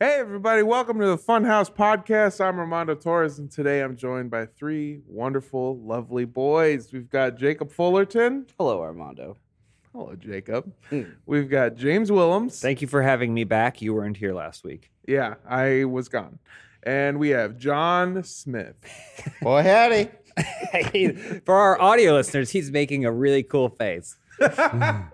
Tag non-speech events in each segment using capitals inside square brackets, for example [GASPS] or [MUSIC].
Hey, everybody, welcome to the Funhouse Podcast. I'm Armando Torres, and today I'm joined by three wonderful, lovely boys. We've got Jacob Fullerton. Hello, Armando. Hello, Jacob. We've got James Willems. Thank you for having me back. You weren't here [LAUGHS] last week. Yeah, I was gone. And we have John Smith. Boy, howdy. for our audio listeners, he's making a really [LAUGHS] cool face. I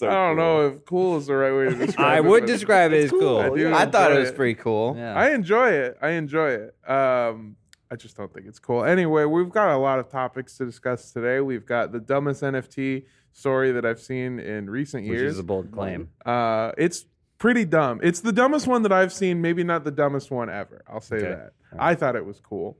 don't know if cool is the right way [LAUGHS] to describe I it. would but describe it as cool. I do. I thought it enjoy was pretty cool. Yeah. I enjoy it. I enjoy it. Um, I just don't think it's cool. Anyway, we've got a lot of topics to discuss today. We've got the dumbest NFT story that I've seen in recent Which years. is a bold claim. Uh, it's pretty dumb. It's the dumbest one that I've seen. Maybe not the dumbest one ever. I'll say Okay. that. I thought it was cool.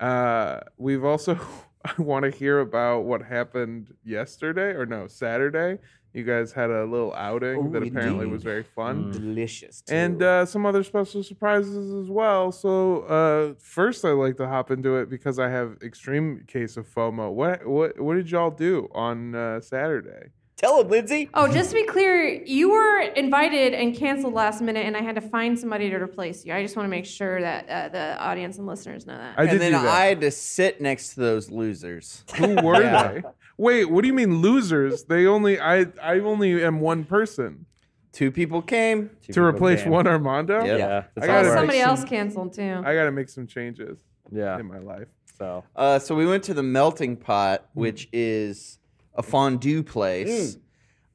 Uh, we've also [LAUGHS] I want to hear about what happened yesterday or no Saturday. You guys had a little outing Oh, Mm. that we apparently did. was very fun. Delicious. too. And uh, some other special surprises as well. So uh, first, I like to hop into it because I have extreme case of FOMO. What what what did y'all do on uh, Saturday? tell him, Lindsay. Oh, just to be clear, you were invited and canceled last minute, and I had to find somebody to replace you. I just want to make sure that uh, the audience and listeners know that. Oh, I did and then do that. I had to sit next to those losers. Who were Yeah. they? Wait, what do you mean losers? They only I I only am one person Two people came. Two to people replace came. one Armando. Yep. Yeah. I That's Oh, all gotta- right. somebody Some- else canceled too. I got to make some changes Yeah. in my life. So Uh, so we went to the Melting Pot, which is a fondue place.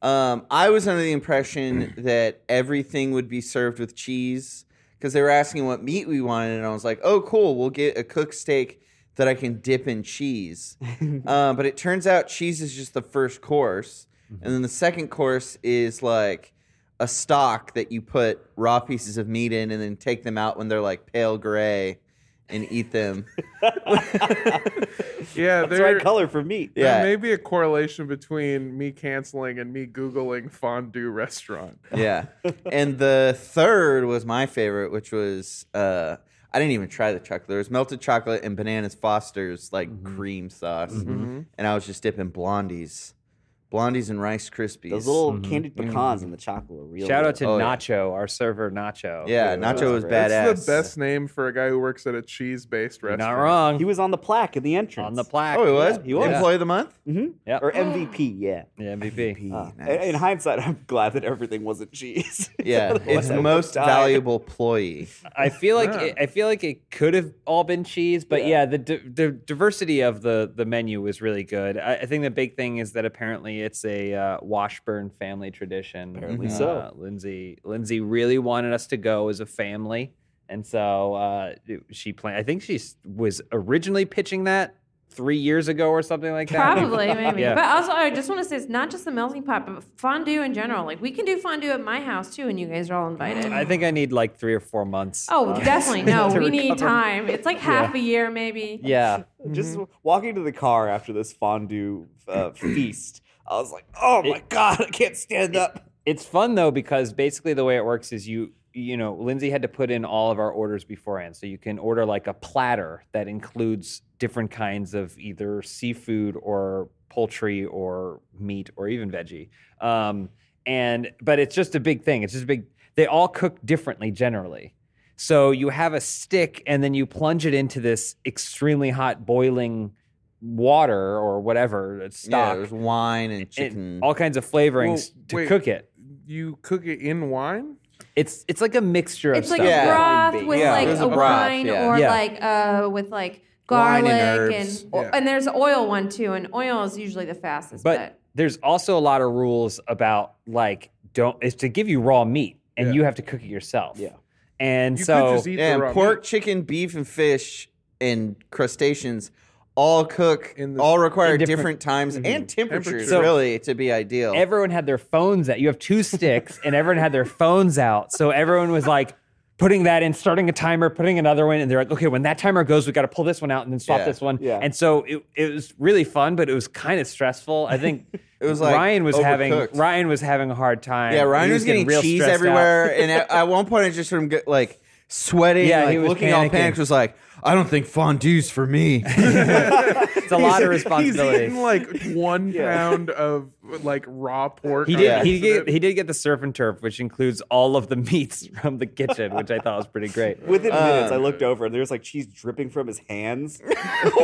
Um, I was under the impression that everything would be served with cheese because they were asking what meat we wanted, and I was like, "Oh, cool, we'll get a cooked steak that I can dip in cheese." uh, but it turns out cheese is just the first course, and then the second course is like a stock that you put raw pieces of meat in, and then take them out when they're like pale gray and eat them. Yeah, That's the there, right color for meat. there Yeah. may be a correlation between me canceling and me googling fondue restaurant. yeah. And the third was my favorite, which was uh, I didn't even try the chocolate. There was melted chocolate and bananas Foster's like cream sauce, Mm-hmm. and I was just dipping blondies, blondies and Rice Krispies. Those little candied Mm-hmm. pecans in the chocolate were real. Mm-hmm. shout good. out to Oh, yeah. Nacho, our server Nacho. yeah, who- Nacho was That's badass. That's the best name for a guy who works at a cheese-based You're restaurant. Not wrong. Oh, He was on the plaque at the entrance. on the plaque. Oh, he was. he was. employee of the month. Mhm. Yep. Or MVP, yeah. Yeah, MVP. Pee, Uh, Mm-hmm. nice. in- In hindsight, [LAUGHS] I'm glad that everything wasn't cheese. yeah, Otherwise it's I would've most died. valuable employee. I feel like Yeah. it, I feel like it could have all been cheese, but yeah, the di- the diversity of the the menu was really good. I, I think the big thing is that apparently it's a uh, Washburn family tradition. Apparently Uh, so. Lindsay Lindsay really wanted us to go as a family, and so uh, it- she planned. I think she s- was originally pitching that three years ago or something like that. Probably, [LAUGHS] maybe. Yeah. But also, I just want to say it's not just the melting pot, but fondue in general. Like, we can do fondue at my house too, and you guys are all invited. I think I need like three or four months. oh, uh, [LAUGHS] definitely. No, to we need recover. time. It's like half a year, maybe. Yeah. [LAUGHS] Just Mm-hmm. walking to the car after this fondue [CLEARS THROAT] uh, feast, I was like, oh my God, I can't stand up. It's fun though because basically the way it works is you you know Lindsay had to put in all of our orders beforehand, so you can order like a platter that includes different kinds of either seafood or poultry or meat or even veggie. Um, and but it's just a big thing. It's just a big. They all cook differently generally. So you have a stick and then you plunge it into this extremely hot boiling water or whatever that's Yeah, stock. there's wine and and chicken. all kinds of flavorings Well, to wait. cook it. You cook it in wine? It's it's like a mixture of It's like stuff. Yeah. broth Yeah. with Yeah. like There's a a broth, wine yeah. or Yeah. like uh with like Wine and garlic herbs. and or- Yeah. and there's oil one too and oil is usually the fastest But, but, there's also a lot of rules about like don't it's to give you raw meat and Yeah. you have to cook it yourself. Yeah. And You so could just eat yeah, the and raw pork, meat. chicken, beef, and fish, and crustaceans all cook, In the- all require in different, different- Mhm. times and temperatures, Temperatures. So- really, to be ideal. everyone had their phones out. You have two sticks and everyone had their phones out. So everyone was like putting that in, starting a timer, putting another one, and they're like, okay, when that timer goes, we gotta pull this one out and then swap Yeah. this one. Yeah. And so it it was really fun, but it was kind of stressful. I think [LAUGHS] It was, like, Ryan was having overcooked. Ryan was having a hard time. yeah, Ryan He was getting real cheese stressed out. everywhere, and at, at one point, I just heard him get like sweating, Yeah, like he was looking all panicking. panicked, was like, I don't think fondue's for [LAUGHS] me. It's a lot [LAUGHS] of He's responsibility. eaten like [LAUGHS] one pound of like raw pork. He on did. Yeah. He accident. did. He did get the surf and turf, which includes all of the meats [LAUGHS] from the kitchen, which I thought was pretty great. Within Uh. minutes, I looked over and there was like cheese dripping from his [LAUGHS] hands. [LAUGHS] and stuff. And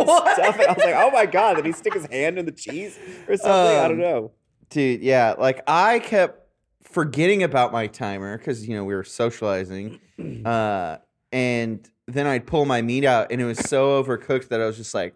I was like, oh my God, did he stick his hand in the cheese or something? I don't Um, know. Dude, yeah. Like I kept forgetting about my timer because you know we were socializing, uh, and then I'd pull my meat out, and it was so overcooked that I was just like,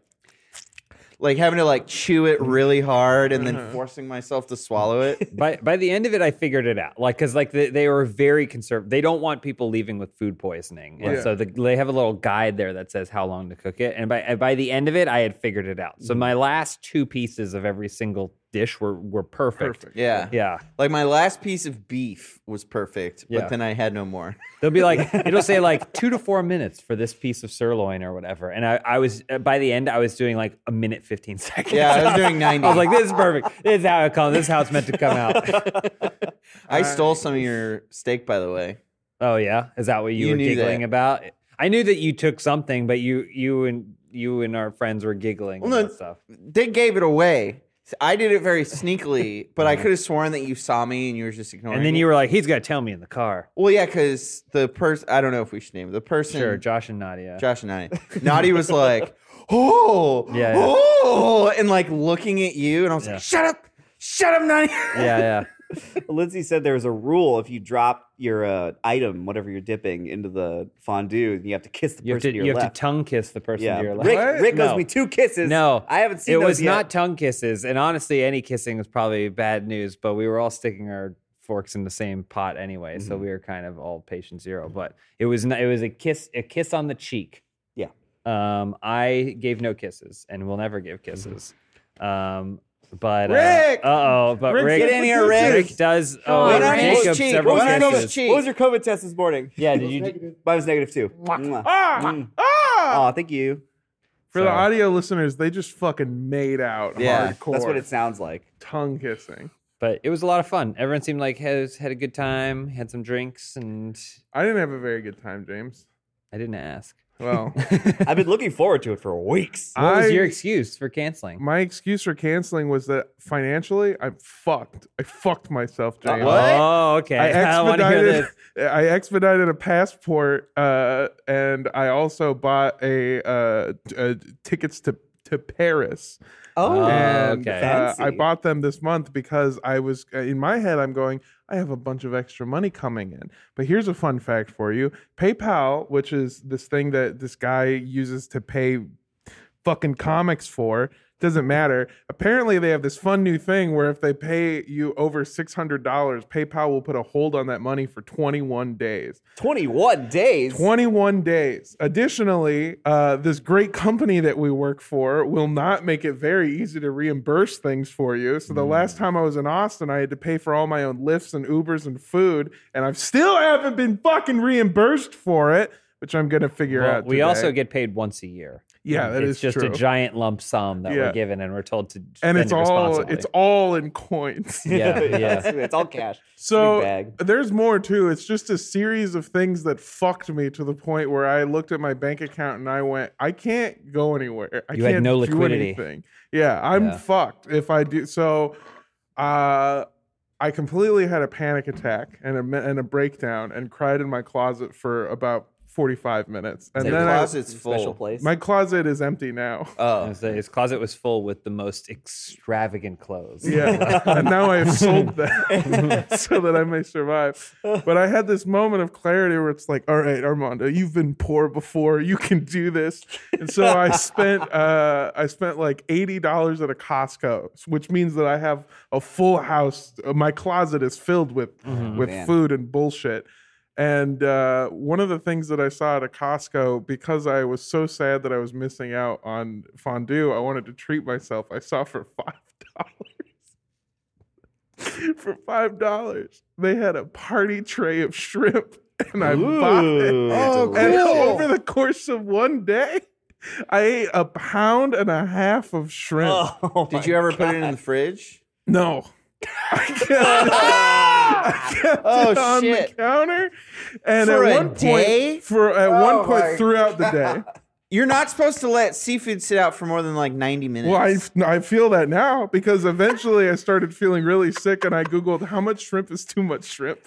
like having to like chew it really hard and then forcing myself to swallow it. By by the end of it, I figured it out. Like, cause like they, they were very conservative. They don't want people leaving with food poisoning, and Yeah. so the, they have a little guide there that says how long to cook it. And by by the end of it, I had figured it out. Mm-hmm. So my last two pieces of every single dish were were perfect. Perfect. Yeah, Yeah, Like my last piece of beef was perfect, Yeah. but then I had no [LAUGHS] more. they'll be like, it'll say like two to four minutes for this piece of sirloin or whatever. And I, I was uh, by the end, I was doing like a minute fifteen [LAUGHS] seconds. Yeah, I was doing ninety. I was like, this is perfect. This is how it comes. This is how it's meant to come out. I stole some of your steak, by the way. Oh yeah, is that what you, You were knew giggling that. about? I knew that you took something, but you you and you and our friends were giggling no, about stuff. They gave it away. I did it very [LAUGHS] sneakily, but I could have sworn that you saw me and you were just ignoring. And then it. you were like, "He's gonna tell me in the car." Well, yeah, because the person, I don't know if we should name it, the person, Sure, Josh and Nadia. Josh and I, [LAUGHS] Naughty was like, oh, Yeah, yeah. oh, and like looking at you, and I was Yeah. like, shut up, shut up, [LAUGHS] Naughty. Yeah, yeah. Lindsay said there was a rule if you drop your uh, item, whatever you're dipping, into the fondue, you have to kiss the You have person to to your you have left. to tongue kiss the person yeah, to your left. Rick, What? Rick owes No. me two kisses. No, I haven't seen it those was yet. not tongue kisses, and honestly, any kissing was probably bad news. But we were all sticking our forks in the same pot anyway, so Mm-hmm. we were kind of all patient zero. But it was not, it was a kiss a kiss on the cheek. Yeah. Um, I gave no kisses, and will never give Mm-hmm. kisses. Um, but Rick! uh oh, but Rick, Rick, get in here, Rick. does. Oh, Oh, What are Jacob those cheeks? several What are those kisses. cheeks? What was your COVID test this morning? Yeah, did you? Mine was negative two. Mwah. Mm. Ah, ah! Oh, thank you. For so- the audio listeners, they just fucking made out Yeah, hardcore. That's what it sounds like. tongue kissing. But it was a lot of fun. Everyone seemed like has had a good time, had some drinks, and I didn't have a very good time, James. I didn't ask. Well, I've been looking forward to it for [LAUGHS] weeks. What was your I- excuse for canceling? my excuse for canceling was that financially I'm fucked. I fucked myself, James. what? Oh, okay. [LAUGHS] I I, want to hear expedited. [LAUGHS] this. I expedited a passport, uh, and I also bought a, uh, t- uh tickets to to Paris. Oh, and okay. uh, I Fancy. bought them this month because I was uh, in my head. I'm going. I have a bunch of extra money coming in. But here's a fun fact for you: PayPal, which is this thing that this guy uses to pay fucking comics for. Doesn't matter. Apparently, they have this fun new thing where if they pay you over six hundred dollars, PayPal will put a hold on that money for twenty one days. 21 days. 21 days. Additionally, uh, this great company that we work for will not make it very easy to reimburse things for you. So the Mm. last time I was in Austin, I had to pay for all my own lifts and Ubers and food, and I still haven't been fucking reimbursed for it, which I'm gonna figure Well, out. we today. also get paid once a year. Yeah, that it's is just true. a giant lump sum that Yeah. we're given, and we're told to. and spend it's it all responsibly. it's all in coins. [LAUGHS] yeah, Yes, yeah. [LAUGHS] it's all cash. Big So bag. there's more too. It's just a series of things that fucked me to the point where I looked at my bank account and I went, I can't go anywhere. I You had can't no do liquidity. anything. Yeah, I'm Yeah. fucked if I do. So, uh, I completely had a panic attack and a me- and a breakdown and cried in my closet for about 45 minutes. And Your then I- closet's Special full. place. my closet is empty now. I Oh, was saying, His closet was full with the most extravagant clothes. Yeah. and now I have sold them so that [LAUGHS] I may survive. But I had this moment of clarity where it's like, all right, Armando, you've been poor before. You can do this. And so I spent uh I spent like eighty dollars at a Costco, which means that I have a full house. Uh, My closet is filled with with Man. food and bullshit. And uh, one of the things that I saw at a Costco, because I was so sad that I was missing out on fondue, I wanted to treat myself. I saw for five dollars. for five dollars, they had a party tray of shrimp, [LAUGHS] and I bought it. Ooh, Oh, And delicious. cool. over the course of one day, I ate a pound and a half of shrimp. Oh, did you ever put it in the [LAUGHS] fridge? [LAUGHS] No. [LAUGHS] I kept it- I kept Oh, it on Oh, [LAUGHS] shit. the counter And For at a one point, day? for at Oh one point my throughout the day. You're not supposed to let seafood sit out for more than like 90 minutes. Well, I, no, I feel that now because eventually I started feeling really sick and I Googled how much shrimp is too much shrimp.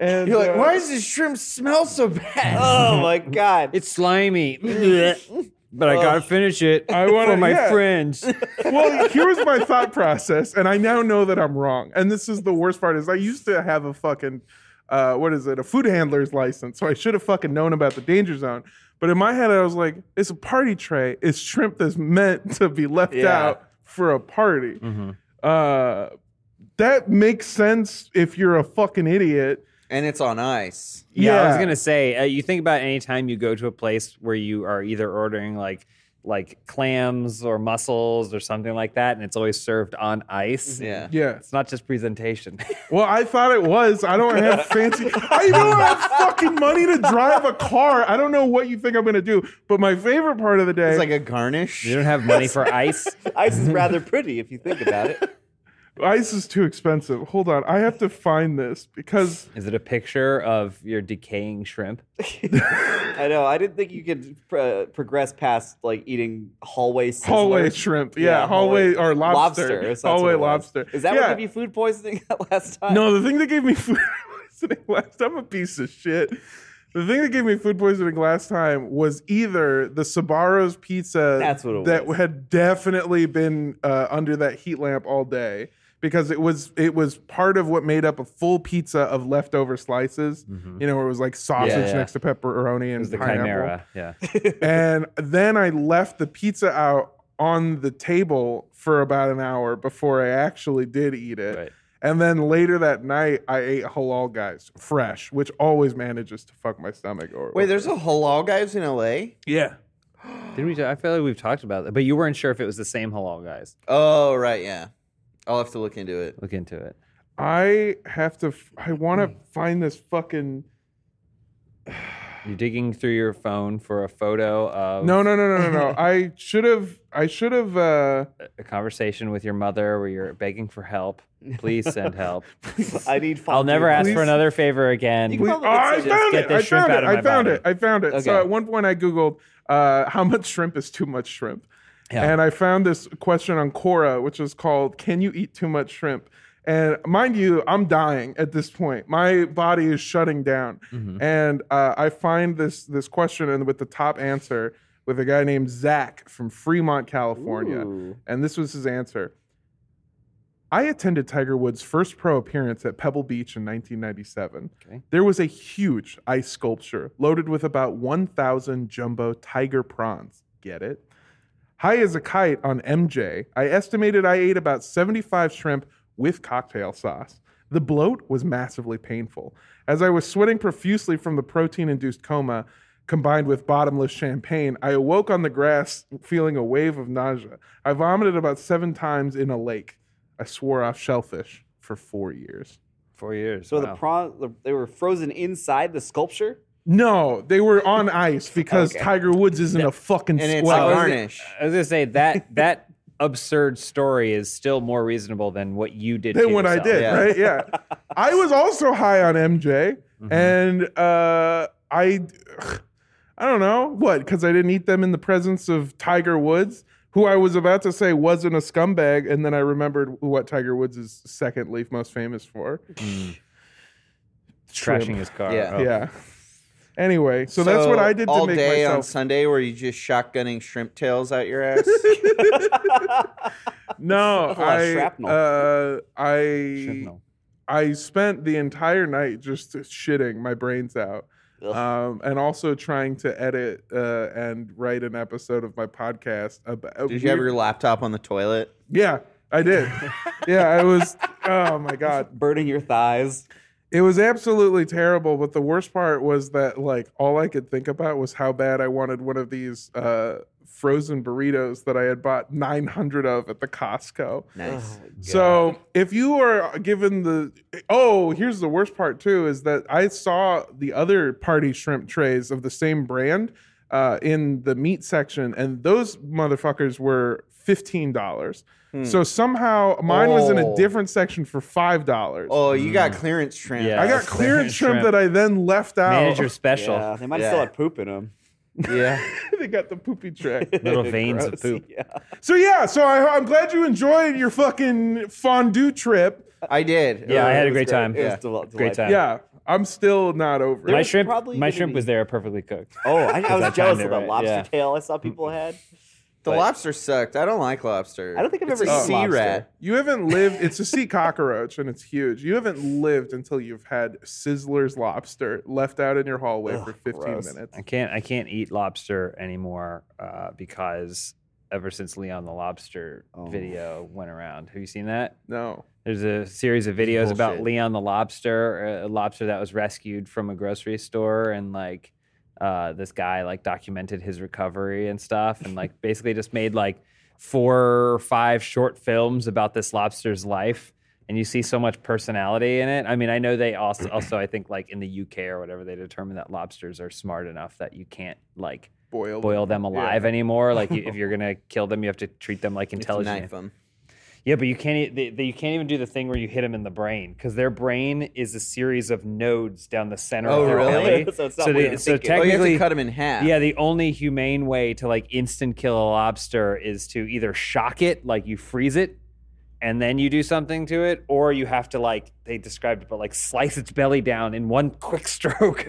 And You're like, uh, why does this shrimp smell so bad? [LAUGHS] Oh my god. [LAUGHS] It's slimy. but I gotta finish it. I wanna- for my yeah. [LAUGHS] friends. well, here was my thought process, and I now know that I'm wrong. And this is the worst part is I used to have a fucking uh, what is it, a food handler's license, so I should have fucking known about the danger zone. But in my head, I was like, it's a party tray. It's shrimp that's meant to be left Yeah. out for a party. Mm-hmm. Uh, that makes sense if you're a fucking idiot. And it's on ice. Yeah, I was Yeah. gonna say. Uh, you think about any time you go to a place where you are either ordering like like clams or mussels or something like that, and it's always served on ice. Yeah. Yeah. It's not just presentation. Well, I thought it was. I don't have fancy. I don't have fucking money to drive a car. I don't know what you think I'm gonna do. But my favorite part of the day, It's like a garnish. you don't have money for ice. Ice [LAUGHS] is rather pretty if you think about it. ice is too expensive. Hold on, I have to find this because Is it a picture of your decaying shrimp? I know. I didn't think you could uh, progress past like eating hallway sizzler. hallway shrimp. Yeah, hallway, or lobster. that's what hallway it was. lobster. Is that yeah. what gave you food poisoning [LAUGHS] last time? No, the thing that gave me [LAUGHS] food poisoning last time, I'm a piece of shit. The thing that gave me food poisoning last time was either the Sabaro's pizza That's what it that was. had definitely been uh, under that heat lamp all day because it was it was part of what made up a full pizza of leftover slices. Mm-hmm. You know, where it was like sausage Yeah, yeah. next to pepperoni and It's the pineapple chimera. Yeah. and then I left the pizza out on the table for about an hour before I actually did eat it. Right. And then later that night, I ate halal guys fresh, which always manages to fuck my stomach. Or Wait, there's a halal guys in LA? yeah. Did we? I feel like we've talked about that, but you weren't sure if it was the same halal guys. Oh, right. Yeah. I'll have to look into it. Look into it. I have to. f- I want to find this fucking. You're digging through your phone for a photo of No, no, no, no, no, no. I should have. I should have. Uh, a conversation with your mother where you're begging for help. Please send help. I need. I'll fondue. never ask Please. for another favor again. You We- Probably I could found get it. this I shrimp found out it. of my I found body. it. I found it. So Okay. at one point I googled uh, how much shrimp is too much shrimp, Yeah. and I found this question on Quora, which is called "Can you eat too much shrimp?" And mind you, I'm dying at this point. My body is shutting down, Mm-hmm. and uh, I find this this question and with the top answer with a guy named Zach from Fremont, California, Ooh. and this was his answer. I attended Tiger Woods' first pro appearance at Pebble Beach in 1997. Okay. There was a huge ice sculpture loaded with about 1,000 jumbo tiger prawns. Get it? High as a kite on MJ, I estimated I ate about 75 shrimp with cocktail sauce. The bloat was massively painful, as I was sweating profusely from the protein induced coma combined with bottomless champagne. I awoke on the grass feeling a wave of nausea. I vomited about seven times in a lake. I swore off shellfish for four years. Four years. wow. So the prawn, the- they were frozen inside [LAUGHS] the sculpture. No, they were [LAUGHS] on ice because Tiger Woods isn't a fucking And it's square. a was- garnish. I was gonna say that that absurd story is still more reasonable than what you did. than to what I yourself. did, Yeah. right? [LAUGHS] Yeah. I was also high on MJ, Mm-hmm. and uh, I, I don't know what because I didn't eat them in the presence of Tiger Woods, who I was about to say wasn't a scumbag, and then I remembered what Tiger Woods is second leaf most famous for. Trashing his car. Yeah. Oh. Yeah. Anyway, so, that's what I did to all make day on myself. Sunday. Were you just shotgunning shrimp tails out your [LAUGHS] ass? no, That's a lot of I, shrapnel. uh, I, Shrapnel. I spent the entire night just shitting my brains out. Ugh. Um, and also trying to edit uh, and write an episode of my podcast. About, Did you have your laptop on the toilet? Yeah, I [LAUGHS] did. yeah, I was. Oh my god, burning your thighs. it was absolutely terrible. But the worst part was that like all I could think about was how bad I wanted one of these uh, frozen burritos that I had bought 900 of at the Costco. Nice. So if you are given the oh, here's the worst part too is that I saw the other party shrimp trays of the same brand uh, in the meat section, and those motherfuckers were fifteen dollars. So somehow mine was in a Oh. different section for five dollars. Oh, you got clearance [LAUGHS] shrimp. mm. Yeah. I got That's clearance clearance shrimp, shrimp. that I then left out. [LAUGHS] Manager special. Oh, Yeah, [LAUGHS] they might still Yeah. have poop in them. Yeah. they got the poopy trick. Little veins of poop. [LAUGHS] Yeah. so yeah, so I, I'm glad you enjoyed your fucking fondue trip. I did. Oh, Yeah, I had a It was great time. It was Yeah. del- Great delightful. time. Yeah, I'm still not over My it. shrimp, probably my gonna shrimp be- was there, perfectly cooked. Oh, I, I was timed jealous it of the right, lobster yeah. tail I saw people had. The But- lobster sucked. I don't like lobster. I don't think I've It's ever a eaten sea lobster. rat. You haven't lived. It's a sea cockroach, and it's huge. You haven't lived until you've had Sizzler's lobster left out in your hallway for 15 gross. minutes. I can't I can't eat lobster anymore uh, because ever since Leon the Lobster Oh. video went around. Have you seen that? No. There's a series of videos about bullshit. Leon the lobster, uh, a lobster that was rescued from a grocery store, and like uh, this guy like documented his recovery and stuff, [LAUGHS] and like basically just made like four or five short films about this lobster's life. And you see so much personality in it. I mean, I know [CLEARS THROAT] they also, also I think like in the UK or whatever, they determined that lobsters are smart enough that you can't like Oh, Boiled. boil them alive [LAUGHS] anymore. Like you, if you're gonna kill them, you have to treat them like It's a intelligent. knife 'em. Yeah, but you can't. e- They, they, you can't even do the thing where you hit them in the brain because their brain is a series of nodes down the center Oh, of their really? belly. So it's not so, they, weird to so think it. Oh, Oh, you have technically, to cut them in half. yeah, the only humane way to like instant kill a lobster is to either shock it, like you freeze it, and then you do something to it, or you have to like they described it, but like slice its belly down in one quick [LAUGHS] stroke,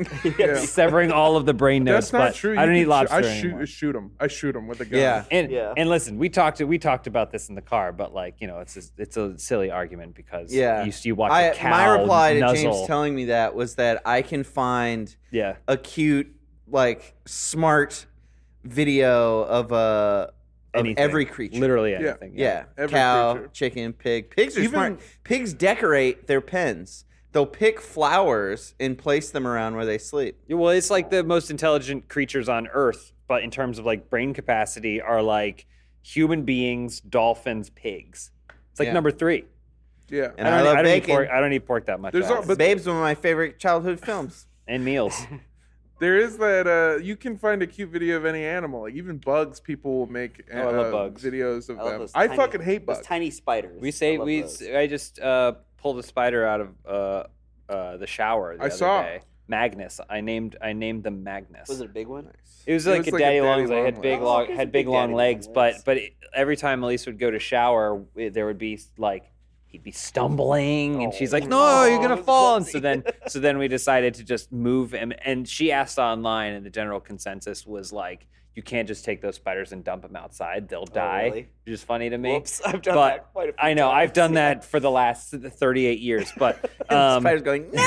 severing all of the brain nodes. That's not but true. You I don't can eat shoo- lobster I anymore. shoot, shoot them. I shoot them with a gun. Yeah. And Yeah. and listen, we talked we talked about this in the car, but like you know, it's just, it's a silly argument because Yeah. you, you watch a I, cow my reply to nuzzle. James telling me that was that I can find yeah, a cute, like smart video of a of Anything. every creature. literally Yeah. anything. Yeah, Every cow, creature. chicken, pig. Pigs are Even- smart. Pigs decorate their pens. They'll pick flowers and place them around where they sleep. Yeah, Well, it's like the most intelligent creatures on Earth, but in terms of like brain capacity, are like human beings, dolphins, pigs. It's like Yeah. number three. Yeah. And I, love I don't eat bacon. pork. I don't eat pork that much. There's all- Alex. but- Babe's one of my favorite childhood films. [LAUGHS] and meals. There is that. Uh, you can find a cute video of any animal. Like even bugs, people will make uh, I love bugs. videos of I love them. those I tiny- fucking hate Those bugs. tiny spiders. we say I love we. those. I just uh, pulled a spider out of uh, uh, the shower. The I other saw. day. Magnus. I named I named them Magnus. Was it a big one? It was It like was a like a daddy daddy long legs. I long had big legs. Oh, long okay, had it's a big big long daddy long legs, but legs. but it- every time Elise would go to shower, it- there would be like he'd be stumbling, and she's like, Oh. "No, you're gonna Oh, fall." And whoopsie. so then so then we decided to just move him. And she asked online, and the general consensus was like, "You can't just take those spiders and dump them outside; they'll die." Oh, really? Which is funny to me. Whoops, I've done but that quite a few I know I've times. done that for the last 38 years, [LAUGHS] but The um, spider's going, no!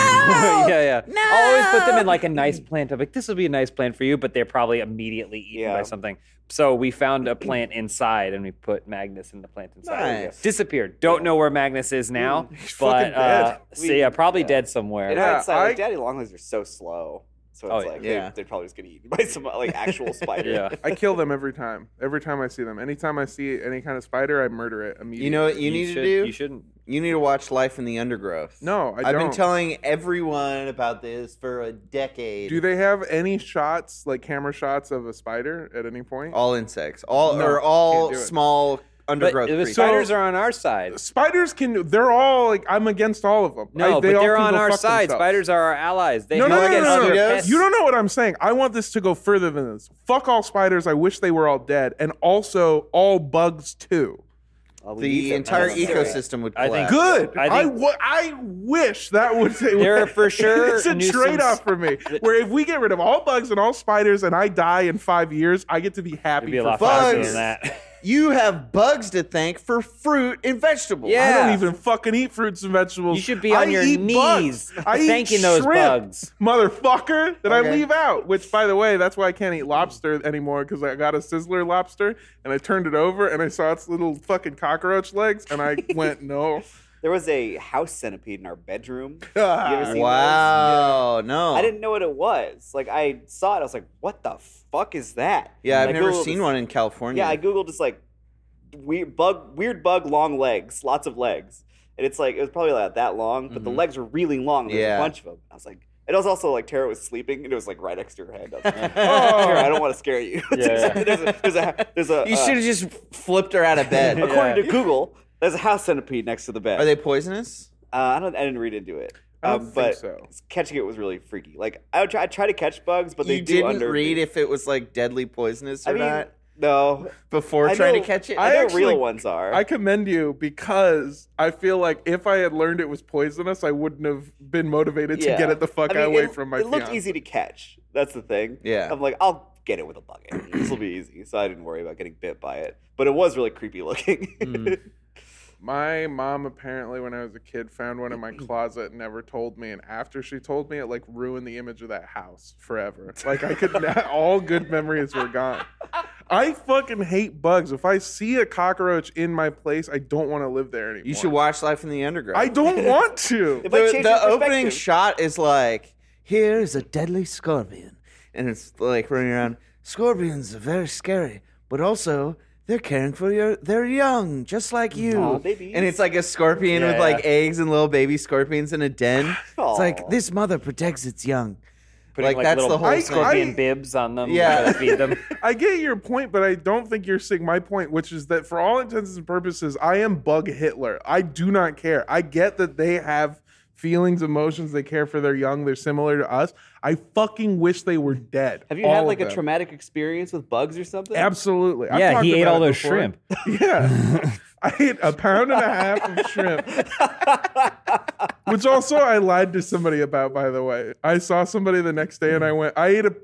yeah, yeah. I'll always put them in No! like a nice plant. I'm like, this will be a nice plant for you, but they're probably immediately eaten by Yeah. something. So we found a plant inside and we put Magnus in the plant inside. Nice. Disappeared. Don't know where Magnus [LAUGHS] is now. Mm. fucking but uh, dead. so yeah, probably [LAUGHS] Yeah. dead somewhere. In Yeah, hindsight, like, I- daddy long legs are so slow. So it's Oh, yeah. like they- Yeah. They're, probably just gonna eat [LAUGHS] by some [LAUGHS] like actual spider. Yeah. I kill them every time. Every time I see them. Anytime I see any kind of spider, I murder it immediately. You know what you, need should, to do? You shouldn't. You need to watch Life in the Undergrowth. No, I have don't. been telling everyone about this for a decade. Do they have any shots, like camera shots of a spider at any point? all insects, all No, or all can't do it. small But undergrowth the creatures. spiders are on our side. Spiders can. They're all like I'm against all of them. No, I- they but all they're can on go our fuck side. themselves. Spiders are our allies. They No, no, help no, get no, no, other no. mosquitoes? pets. You don't know what I'm saying. I want this to go further than this. Fuck all spiders. I wish they were all dead, and also all bugs too. Uh, we need the some entire kind of area. ecosystem would I think- collapse. Good. I I, think- wa- I wish that would. They're for [LAUGHS] sure it's a nuisance- trade-off for [LAUGHS] me. Where if we get rid of all bugs and all spiders, and I die in five years, I get to be happy It'd be a for lot five faster bugs. than that. You have bugs to thank for fruit and vegetables. Yeah. I don't even fucking eat fruits and vegetables. You should be on I your eat knees bugs. I eat thanking those shrimp, bugs. motherfucker, that Okay. I leave out. Which, by the way, that's why I can't eat lobster anymore because I got a sizzler lobster and I turned it over and I saw its little fucking cockroach legs and I went no. There was a house centipede in our bedroom. [LAUGHS] You ever Ah, seen those? Wow. No. I didn't know what it was. Like I saw it, I was like, "What the fuck is that?" Yeah, And I've I never Googled seen this- one in California. Yeah, I googled just like weird bug, weird bug, long legs, lots of legs, and it's like it was probably like that long, but the Mhm. legs were really long. There's Yeah. a bunch of them. I was like, And I was also like, Tara was sleeping, and it was like right next to her head. I was like, [LAUGHS] Tara, I don't want to scare you. Yeah. [LAUGHS] there's a, there's a, there's a You uh, should have just flipped her out of [LAUGHS] bed. according to Google, there's a house centipede next to the bed. Are they poisonous? Uh, I don't. I didn't read into it. I Um, don't think but so. catching it was really freaky. Like I would try, I try to catch bugs, but they you do didn't under. read if it was like deadly poisonous or I mean, not no. before I trying know- to catch it. I, I know actually- real ones are. I commend you because I feel like if I had learned it was poisonous, I wouldn't have been motivated Yeah. to get it the fuck I mean, away it, from my. It looked fiance. easy to catch. That's the thing. Yeah. I'm like, I'll get it with a bucket. this will be easy. So I didn't worry about getting bit by it. But it was really [LAUGHS] creepy looking. Mm. My mom apparently, when I was a kid, found one in [CLEARS THROAT] my closet and never told me. And after she told me, it like ruined the image of that house forever. Like I could, [LAUGHS] not, all good memories were gone. I fucking hate bugs. If I see a cockroach in my place, I don't want to live there anymore. you should watch Life in the Underground. I don't want [LAUGHS] to. It might the, change the your opening perspective. shot is like, here is a deadly scorpion. And it's like running around. Scorpions are very scary, but also they're caring for your they're young, just like you. Aw, babies. And it's like a scorpion with Yeah, like yeah. eggs and little baby scorpions in a den. It's Aw. like this mother protects its young. Putting Like, like, that's little the whole I- scorpion I- bibs on them. Yeah. Yeah, feed them. I get your point, but I don't think you're seeing my point, which is that for all intents and purposes, I am bug Hitler. I do not care. I get that they have feelings, emotions, they care for their young, they're similar to us. I fucking wish they were dead. Have you all had of like a them. traumatic experience with bugs or something? Absolutely. I've yeah, talked he ate about all it those before. shrimp. [LAUGHS] Yeah. I ate a pound and a half of [LAUGHS] shrimp. Which also I lied to somebody about, by the way. I saw somebody the next day and I went, I ate a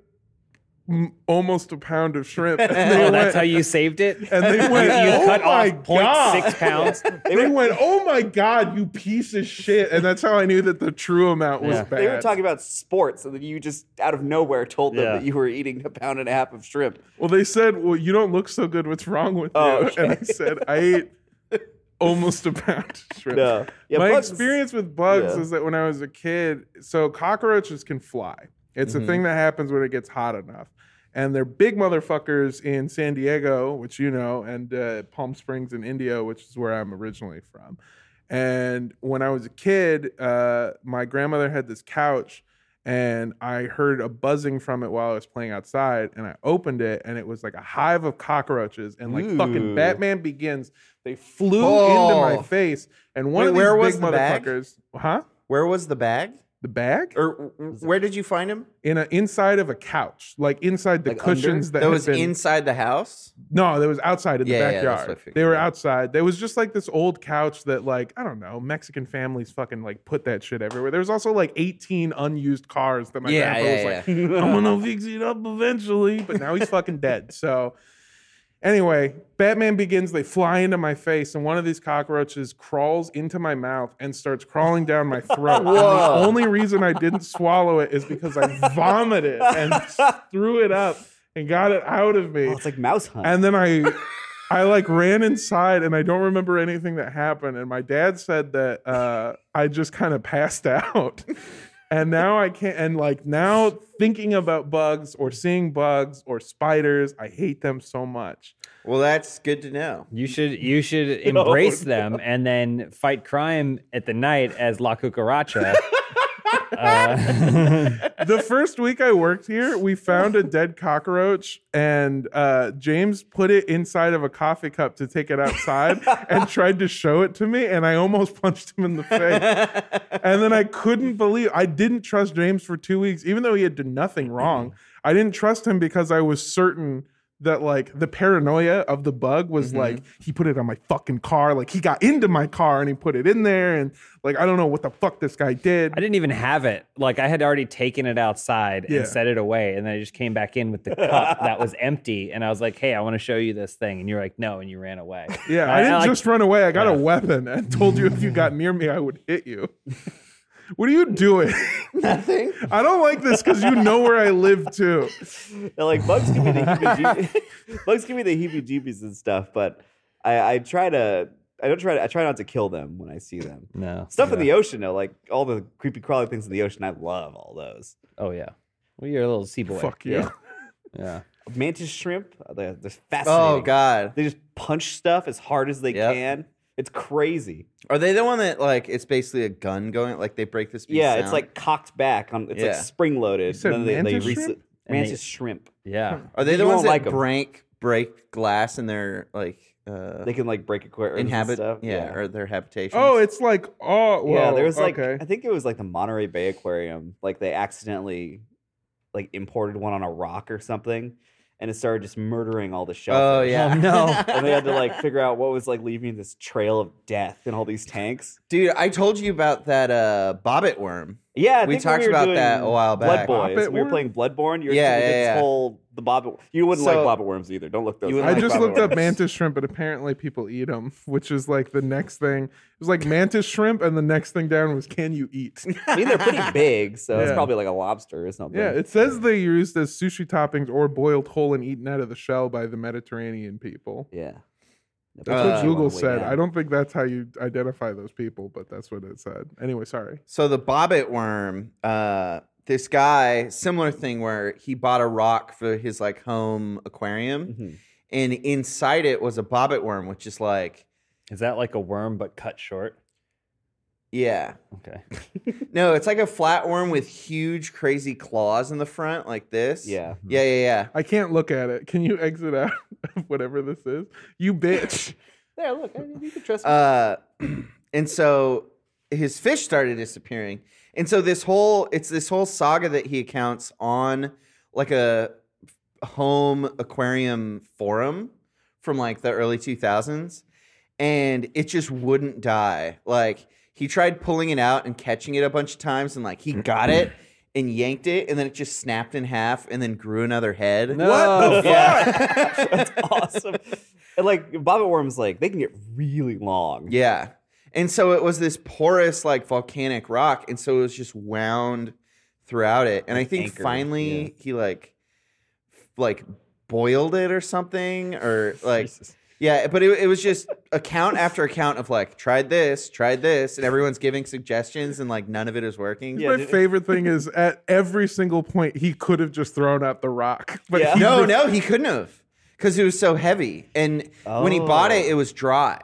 m- almost a pound of [LAUGHS] shrimp. And they Oh, went, that's how you saved it. and they went, you "Oh cut my off god!" 0.6 pounds. They went, "Oh my god, you piece of shit!" And that's how I knew that the true amount was Yeah. bad. They were talking about sports, and then you just out of nowhere told them Yeah. that you were eating a pound and a half [LAUGHS] of shrimp. well, they said, "Well, you don't look so good. What's wrong with Oh, you?" [LAUGHS] okay. And I said, "I ate almost a pound of shrimp." No. Yeah, my bugs- experience with bugs Yeah. is that when I was a kid, so cockroaches can fly. It's a Mm-hmm. thing that happens when it gets hot enough. And they're big motherfuckers in San Diego, which you know, and uh, Palm Springs in India, which is where I'm originally from. And when I was a kid, uh, my grandmother had this couch, and I heard a buzzing from it while I was playing outside. And I opened it, and it was like a hive of cockroaches. And like fucking Ooh. Batman Begins, they flew into Oh. my face. And one Wait, of these where big was the bag? Er motherfuckers, huh? Where was the bag? The bag Or where did you find him? in a inside of a couch, like inside the Like under? cushions that, that had was been, inside the house. No, that was outside in Yeah, yeah, the that's backyard. what I figured. they were outside. There was just like this old couch that, like, I don't know, Mexican families fucking like put that shit everywhere. There was also like 18 unused cars that my Yeah, grandpa yeah, was like, I'm [LAUGHS] gonna fix it up eventually. But now he's fucking dead. So anyway, Batman begins, they fly into my face, and one of these cockroaches crawls into my mouth and starts crawling down my throat. And the Whoa. only reason I didn't swallow it is because I vomited [LAUGHS] and threw it up and got it out of me. Oh, it's like mouse hunt. And then I, I like ran inside, and I don't remember anything that happened. And my dad said that uh, I just kind of passed [LAUGHS] out. And now I can't. And like now, thinking about bugs or seeing bugs or spiders, I hate them so much. Well, that's good to know. You should you should embrace them and then fight crime at the night as La Cucaracha. Uh, The first week I worked here, we found a dead cockroach, and uh, James put it inside of a coffee cup to take it outside and tried to show it to me, and I almost [LAUGHS] punched him in the face. And then I couldn't believe I didn't trust James for two weeks, even though he had done nothing wrong. I didn't trust him because I was certain that like the paranoia of the bug was like he put it on my fucking car, like he got into my car and he put it in there, and like I don't know what the fuck this guy did. I didn't even have it. Like I had already taken it outside Yeah. and set it away, and then I just came back in with the cup that was empty, and I was like, "Hey, I want to show you this thing," and you're like, "No," and you ran away. Yeah, I I- didn't I like- just run away. I got a weapon and told you if you got near me, I would hit you. What are you [LAUGHS] doing? Nothing. I don't like this because you know where I live too. They're like bugs give [LAUGHS] me the heebie-jeebies. [LAUGHS] bugs give me the heebie-jeebies and stuff, but I, I try to I don't try to, I try not to kill them when I see them. No Stuff in the ocean though, like all the creepy crawly things in the ocean, I love all those. Oh yeah. Well, you're a little sea boy. Fuck you. [LAUGHS] Yeah. Yeah. Mantis shrimp, uh, they're, they're fascinating. Oh God. They just punch stuff as hard as they Yep. can. It's crazy. Are they the one that like it's basically a gun going? Like they break this. piece Yeah, it's down? like cocked back. On, it's Yeah. like spring loaded. said mantis shrimp? And they- Mantis shrimp. Yeah. Are they You the won't ones that like 'em. break break glass in their like uh, They can like break aquariums and inhabit? stuff. Yeah, or their habitation. Oh, it's like oh well, yeah, there was like okay. I think it was like the Monterey Bay Aquarium. Like they accidentally like imported one on a rock or something, and it started just murdering all the oh shellfish. yeah. Oh, no. [LAUGHS] and they had to [LAUGHS] like figure out what was like leaving this trail of death in all these tanks. [LAUGHS] Dude, I told you about that uh, bobbit worm. Yeah, I We think talked were about doing that a while back. Blood Boys. Bobbit we were worm? playing Bloodborne. You were Yeah, yeah, yeah, yeah. this whole the bobbit. You wouldn't So- like bobbit worms either. Don't look those. You up. wouldn't I like just bobbit looked up worms. mantis shrimp, and apparently people eat them, which is like the next thing. It was like mantis shrimp, and the next thing down was can you [LAUGHS] eat? [LAUGHS] I mean, they're pretty big, so it's Yeah. probably like a lobster or something. Yeah, it says they used as sushi toppings or boiled whole and eaten out of the shell by the Mediterranean people. yeah. That's Uh, what Google said. I don't think that's how you identify those people, but that's what it said. Anyway, sorry. So the bobbit worm, uh, this guy, similar thing where he bought a rock for his like home aquarium, Mhm. and inside it was a bobbit worm, which is like, Is that like a worm but cut short? yeah, Okay. no, it's like a flatworm with huge, crazy claws in the front, like this. Yeah. yeah, yeah, yeah. I can't look at it. Can you exit out [LAUGHS] of whatever this is? You [LAUGHS] bitch. There, look, I mean, you can trust me. Uh, [CLEARS THROAT] and so his fish started disappearing. And so this whole it's this whole saga that he accounts on like a home aquarium forum from like the early 2000s and it just wouldn't die. Like he tried pulling it out and catching it a bunch of times and like he got it and yanked it and then it just snapped in half and then grew another head. No. [LAUGHS] Yeah. That's awesome. And like bobbit worms, like they can get really long. Yeah. And so it was this porous, like volcanic rock. And so it was just wound throughout it. And I think anchor, finally he like, f- like boiled it or something or like, yeah, but it, it was just account after account of like, tried this, tried this. And everyone's giving suggestions and like none of it is working. Yeah, My dude. favorite thing is at every single point he could have just thrown out the rock, [LAUGHS] but Yeah. he No, re- no, he couldn't have because it was so heavy. And when he bought it, it was dry.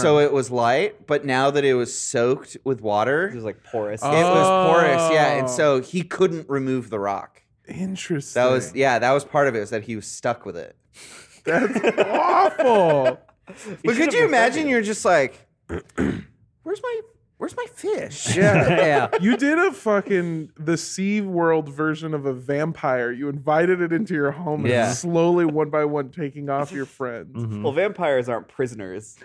So it was light, but now that it was soaked with water, It was like porous. It Oh. was porous, yeah, and Oh. so he couldn't remove the rock. interesting. That was yeah, that was part of it was that he was stuck with it. that's awful. But could should've you imagine perfected it. you're just [CLEARS THROAT] like, where's my where's my fish? [LAUGHS] Yeah. yeah. [LAUGHS] You did a fucking the Sea World version of a vampire. You invited it into your home and Yeah. it's slowly one by one taking off your Mm-hmm. friends. Well, vampires aren't [LAUGHS] prisoners.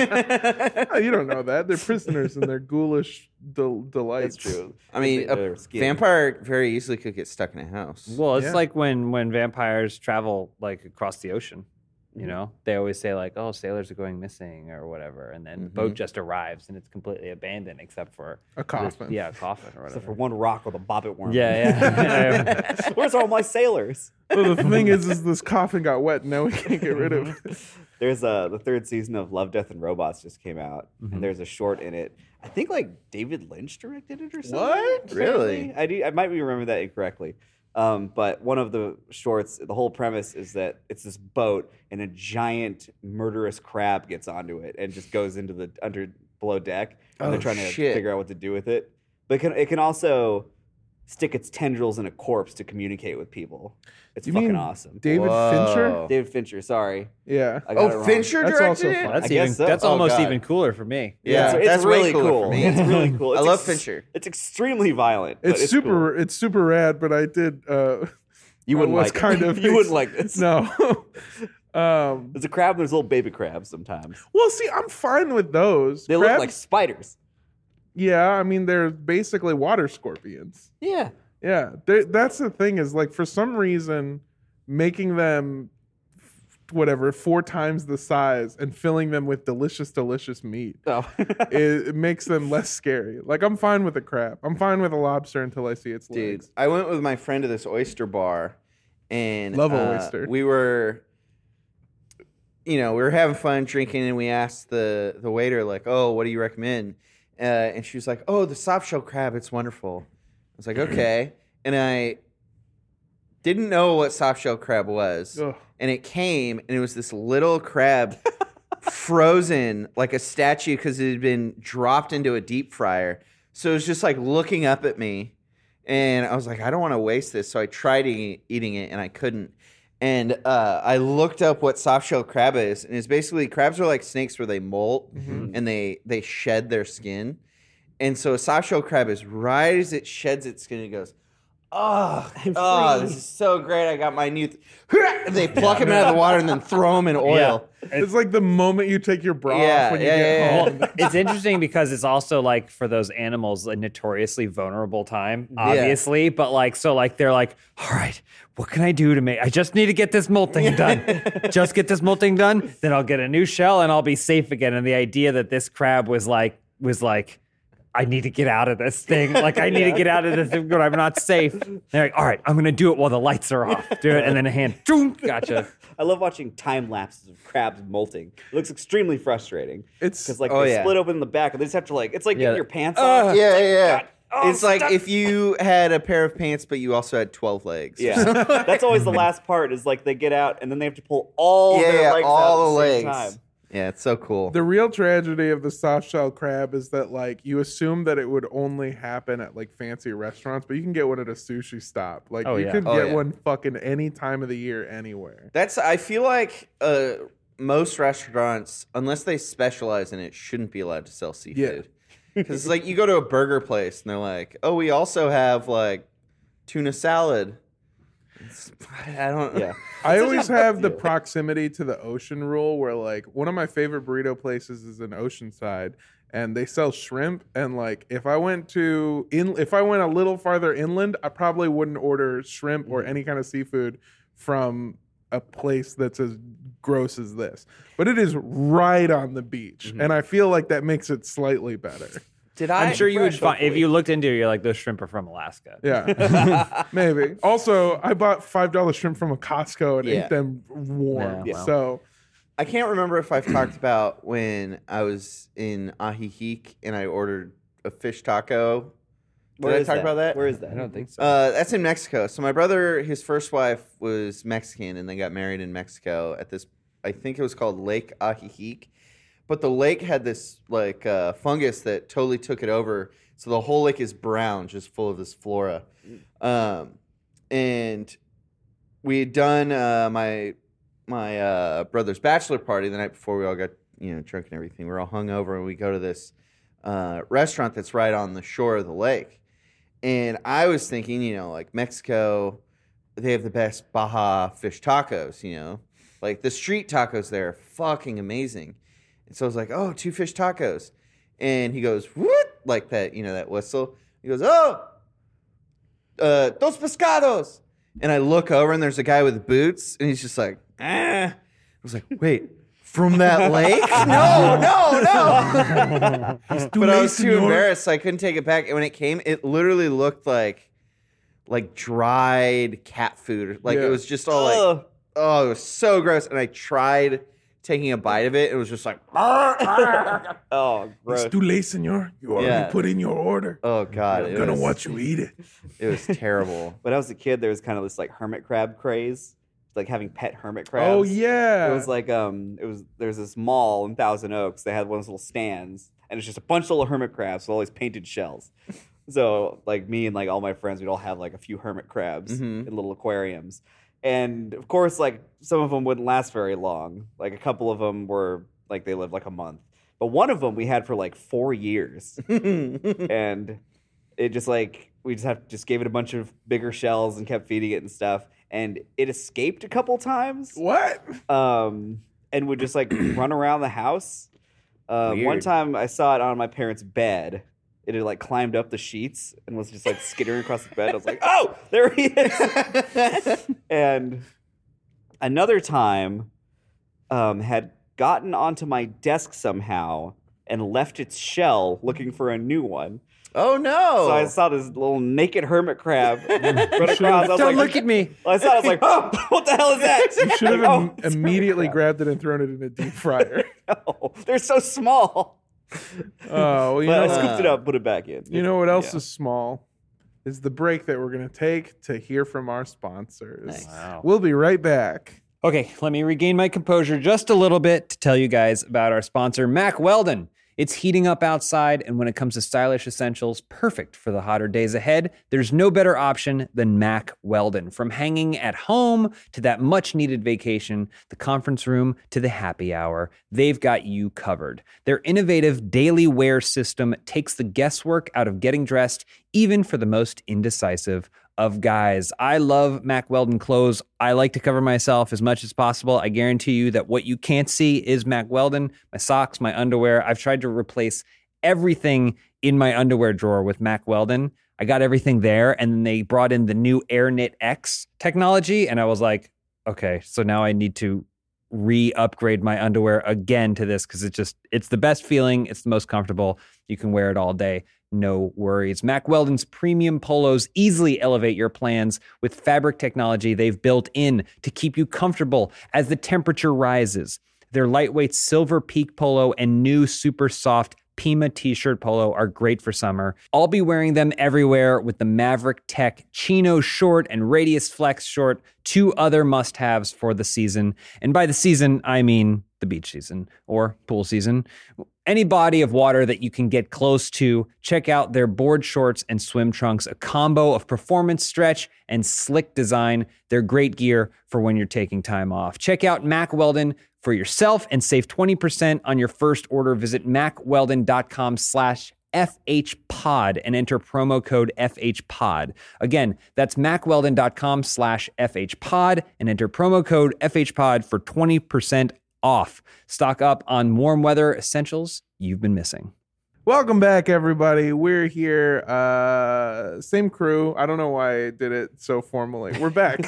Oh, you don't know that they're prisoners and they're ghoulish del- delights. That's true. I mean, They- a they're skin. vampire very easily could get stuck in a house. Well, it's Yeah. like when when vampires travel like across the ocean. Mm-hmm. You know, they always say like, "Oh, sailors are going missing" or whatever, and then the boat just arrives and it's completely abandoned except for A Mm-hmm. [LAUGHS] coffin. yeah, a coffin or Except whatever. for one rock with a bobbit worm. yeah, [LAUGHS] yeah. [LAUGHS] [LAUGHS] Where's all my sailors? So the thing is, is this coffin got wet. and Now we can't get rid of [LAUGHS] it. There's uh the third season of Love, Death, and Robots just came out, and there's a short in it. I think like David Lynch directed it or something. What? Really? apparently. I do. I might be remembering that incorrectly. Um, but one of the shorts, the whole premise is that it's this boat, and a giant murderous crab gets onto it and just goes into the under below deck, and Oh, they're trying to shit. figure out what to do with it. But it can, it can also stick its tendrils in a corpse to communicate with people. It's You fucking mean awesome. David Whoa. Fincher. David Fincher, sorry. Yeah. I got it Oh, wrong. Fincher That's directed also it. fun. That's I even guess so. that's Oh, almost God. even cooler for me. Yeah, It's- it's that's way really cooler cool. for me. [LAUGHS] It's [LAUGHS] really cool. I It's love ex- Fincher. It's extremely violent. but It's, super. cool. It's super rad. But I did. Uh, You I wouldn't was like kind it. of- [LAUGHS] you wouldn't like this. no. [LAUGHS] um, There's a crab and there's little baby crabs sometimes. well, see, I'm fine with those. They look Crabs- like spiders. Yeah, I mean they're basically water scorpions. Yeah. Yeah, they- that's the thing is like for some reason making them whatever four times the size and filling them with delicious, delicious meat. [LAUGHS] Oh. It, it makes them less scary. Like I'm fine with a crab. I'm fine with a lobster until I see its Dude, legs. I went with my friend to this oyster bar, and Love a uh, oyster. We were, you know, we were having fun drinking, and we asked the the waiter like, "Oh, what do you recommend?" Uh, and she was like, "Oh, the soft shell crab. It's wonderful." I was like, "Okay," and I didn't know what soft shell crab was, Ugh. and it came, and it was this little crab. frozen like a statue because it had been dropped into a deep fryer. So it was just like looking up at me. And I was like, I don't want to waste this. So I tried eating, eating it and I couldn't. And uh, I looked up what soft shell crab is. And it's basically crabs are like snakes where they molt Mm-hmm. and they, they shed their skin. And so a soft shell crab is right as it sheds its skin, it goes, Oh, oh, this is so great. I got my new. Th- [LAUGHS] and they pluck him out of the water and then throw him in [LAUGHS] oil. It's like the moment you take your bra Yeah, off when you yeah, get yeah, yeah. home. it's interesting because it's also like for those animals a notoriously vulnerable time, obviously. But like, so like they're like, all right, what can I do to make? I just need to get this molting done. just get this molting done, then I'll get a new shell and I'll be safe again. And the idea that this crab was like was like. I need to get out of this thing. Like I need to get out of this thing. but I'm not safe. They're like, all right, I'm gonna do it while the lights are off. Do it, and then a hand. Doom, gotcha. I love watching time lapses of crabs molting. It looks extremely frustrating. It's- because like oh, they yeah. split open the back and they just have to like it's like Yeah. getting your pants off. yeah, yeah. Oh, it's like if you had a pair of pants, but you also had twelve legs. [LAUGHS] Yeah, that's always the last part. Is like they get out and then they have to pull all yeah, their yeah, legs all the out at the, legs. same time. Yeah, it's so cool. The real tragedy of the soft shell crab is that like you assume that it would only happen at like fancy restaurants, but you can get one at a sushi stop. Like Oh, you yeah. can Oh, get yeah. one fucking any time of the year, anywhere. That's I feel like uh, most restaurants, unless they specialize in it, shouldn't be allowed to sell seafood. [LAUGHS] Because it's like you go to a burger place and they're like, "Oh, we also have like tuna salad." It's- I don't. Yeah. I always have the proximity to the ocean rule where like one of my favorite burrito places is in Oceanside and they sell shrimp and like if I went to in if I went a little farther inland, I probably wouldn't order shrimp or any kind of seafood from a place that's as gross as this. But it is right on the beach and I feel like that makes it slightly better. Did I? I'm sure you would fresh, find if hopefully. you looked into it. You're like those shrimp are from Alaska. Yeah. [LAUGHS] Maybe. Also, I bought $5 shrimp from a Costco and Yeah. ate them warm. Yeah, wow. So I can't remember if I've talked about when I was in Ajijic and I ordered a fish taco. Did Where I is talk about that? Where is that? I don't think so. Uh, that's in Mexico. So my brother, his first wife was Mexican, and they got married in Mexico at this. I think it was called Lake Ajijic, but the lake had this like uh, fungus that totally took it over. So the whole lake is brown, just full of this flora. Um, and we had done uh, my my uh, brother's bachelor party the night before. We all got you know drunk and everything. We We're all hungover, and we go to this uh, restaurant that's right on the shore of the lake. And I was thinking, you know, like Mexico, they have the best Baja fish tacos. You know, like the street tacos there are fucking amazing. And so I was like, oh, two fish tacos. And he goes, what? Like that, you know, that whistle. He goes, oh, uh, dos pescados. And I look over and there's a guy with boots and he's just like, ah. I was like, wait, from that lake? no, no, no. but I was too embarrassed. So I couldn't take it back. And when it came, it literally looked like like dried cat food. Like Yeah. it was just all like, Ugh. oh, it was so gross. And I tried taking a bite of it. It was just like, [LAUGHS] Oh, gross. It's too late, senor. You already Yeah. put in your order. oh God. I'm it gonna was- watch you eat it. It was terrible. When I was a kid, there was kind of this like hermit crab craze, like having pet hermit [LAUGHS] crabs. Oh yeah. It was like um, it was there's this mall in Thousand Oaks. They had one of those little stands, and it's just a bunch of little hermit crabs with all these painted shells. So like me and like all my friends, we'd all have like a few hermit crabs Mhm. in little aquariums, and of course like some of them wouldn't last very long. Like a couple of them were like they lived like a month, but one of them we had for like four years, and it just like we just have just gave it a bunch of bigger shells and kept feeding it and stuff. And it escaped a couple times what? um, and would [CLEARS THROAT] just like run around the house. Uh, one Weird. time I saw it on my parents' bed. It had like climbed up the sheets and was just like skittering across the bed. I was like, oh, there he is. [LAUGHS] and another time um, had gotten onto my desk somehow and left its shell looking for a new one. Oh no. So I saw this little naked [LAUGHS] hermit crab run across. I was Don't like, look at me. I saw it. I was like, oh, [LAUGHS] what the hell is that? [LAUGHS] You should have im- Like, "Oh, it's a hermit immediately crab." grabbed it and thrown it in a deep [LAUGHS] fryer. No, they're so small. Oh, well, you But I know, Let's- scooped it up, put it back in. you [LAUGHS] know what else Yeah. is small? Is the break that we're gonna take to hear from our sponsors. Nice. Wow. We'll be right back. Okay, let me regain my composure just a little bit to tell you guys about our sponsor, Mac Weldon. It's heating up outside, and when it comes to stylish essentials, perfect for the hotter days ahead. There's no better option than Mac Weldon. From hanging at home to that much needed vacation, the conference room to the happy hour, they've got you covered. Their innovative daily wear system takes the guesswork out of getting dressed, even for the most indecisive of guys. I love Mac Weldon clothes. I like to cover myself as much as possible. I guarantee you that what you can't see is Mac Weldon, my socks, my underwear. I've tried to replace everything in my underwear drawer with Mac Weldon. I got everything there, and then they brought in the new AirKnit X technology, and I was like, okay, so now I need to re-upgrade my underwear again to this because it's just it's the best feeling it's the most comfortable you can wear it all day no worries mac weldon's premium polos easily elevate your plans with fabric technology they've built in to keep you comfortable as the temperature rises their lightweight silver peak polo and new super soft Pima t shirt polo are great for summer. I'll be wearing them everywhere with the Maverick Tech Chino short and Radius Flex short, two other must haves for the season. And by the season, I mean the beach season or pool season. Any body of water that you can get close to, check out their board shorts and swim trunks, a combo of performance stretch and slick design. They're great gear for when you're taking time off. Check out Mac Weldon for yourself and save 20% on your first order. Visit macweldon.com slash FHPod and enter promo code FHPod. Again, that's macweldon.com slash FHPod and enter promo code FHPod for 20% off. Stock up on warm weather essentials you've been missing. Welcome back, everybody. We're here, uh, same crew. I don't know why I did it so formally. We're [LAUGHS] back.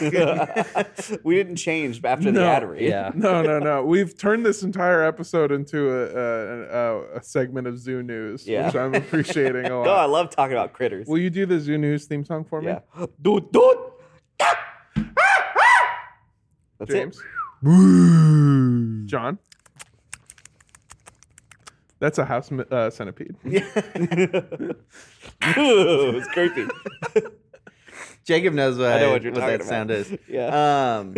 [LAUGHS] we didn't change after the No. battery. [LAUGHS] Yeah. no, no, no. We've turned this entire episode into a a, a, a segment of zoo news, Yeah. which I'm appreciating a [LAUGHS] Oh, I lot. love talking about critters. Will you do the zoo news theme song for me, [LAUGHS] yeah. Doot, doot. That's James? it. John? That's a house mi- uh, centipede. [LAUGHS] Ooh, it's creepy. Jacob knows what, I know what you're what talking that sound about. is. [LAUGHS] Yeah. Um,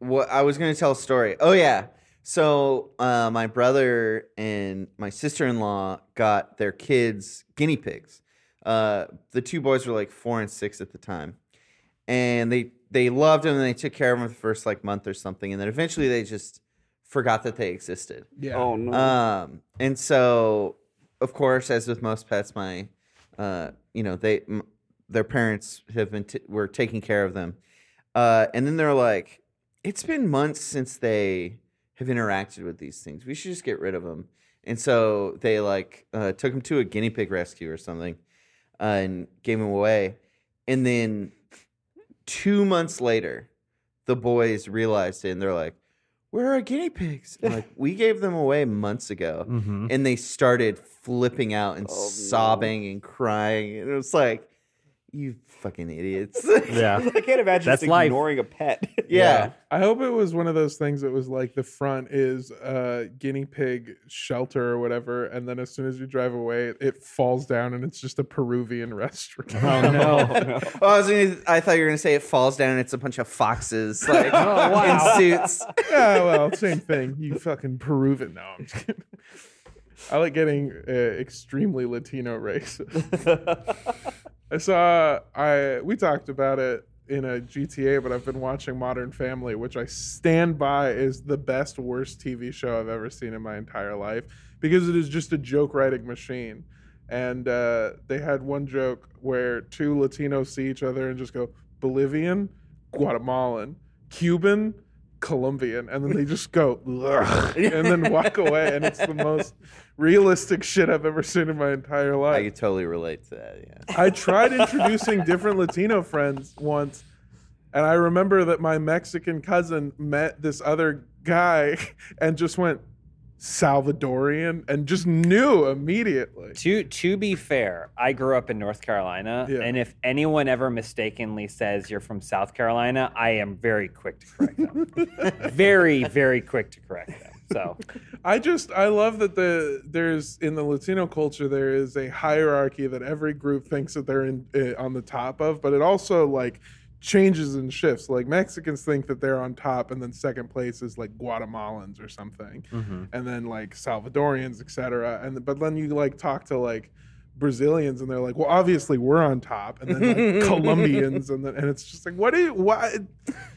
what I was going to tell a story. Oh yeah. So uh, my brother and my sister in law got their kids guinea pigs. Uh, the two boys were like four and six at the time, and they they loved them and they took care of them for the first like month or something, and then eventually they just forgot that they existed. Yeah. Oh no. Uh, Um, and so, of course, as with most pets, my, uh, you know, they, m- their parents have been t- were taking care of them, uh, and then they're like, it's been months since they have interacted with these things. We should just get rid of them. And so they like uh, took them to a guinea pig rescue or something, uh, and gave them away. And then two months later, the boys realized it, and they're like, "Where are our guinea pigs?" And like we gave them away months ago, Mhm. and they started flipping out and Oh, no. sobbing and crying, and it was like, "You fucking idiots!" Yeah. I can't imagine That's just life. ignoring a pet. [LAUGHS] [LAUGHS] yeah. I hope it was one of those things that was like the front is a guinea pig shelter or whatever, and then as soon as you drive away, it falls down and it's just a Peruvian [LAUGHS] restaurant. [LAUGHS] Oh, no. Oh, I, was gonna, I thought you were gonna say it falls down. and It's a bunch of foxes, like wow. in suits. [LAUGHS] [LAUGHS] yeah, well, same thing. You fucking Peruvian. No, I'm just kidding. I like getting uh, extremely Latino [LAUGHS] racist. I saw. uh, I we talked about it in a GTA, but I've been watching Modern Family, which I stand by is the best worst TV show I've ever seen in my entire life because it is just a joke writing machine. And uh, they had one joke where two Latinos see each other and just go Bolivian, Guatemalan, Cuban, Colombian, and then they just go "Ugh," and then walk away, and it's the most realistic shit I've ever seen in my entire life. I could totally relate to that. Yeah. I tried introducing different Latino friends once, and I remember that my Mexican cousin met this other guy [LAUGHS] and just went Salvadorian and just knew immediately. To to be fair, I grew up in North Carolina, Yeah. and if anyone ever mistakenly says you're from South Carolina, I am very quick to correct them. [LAUGHS] very very quick to correct them. So I just I love that the there's in the Latino culture there eh, is a hierarchy that every group thinks that they're in uh, on the top of, but it also like changes and shifts. Like Mexicans think that they're on top, and then second place is like Guatemalans or something, and then like Salvadorians, etc. And but then you like talk to like Brazilians, and they're like, well, obviously we're on top, and then like Colombians, and then and it's just like, what? Is, why?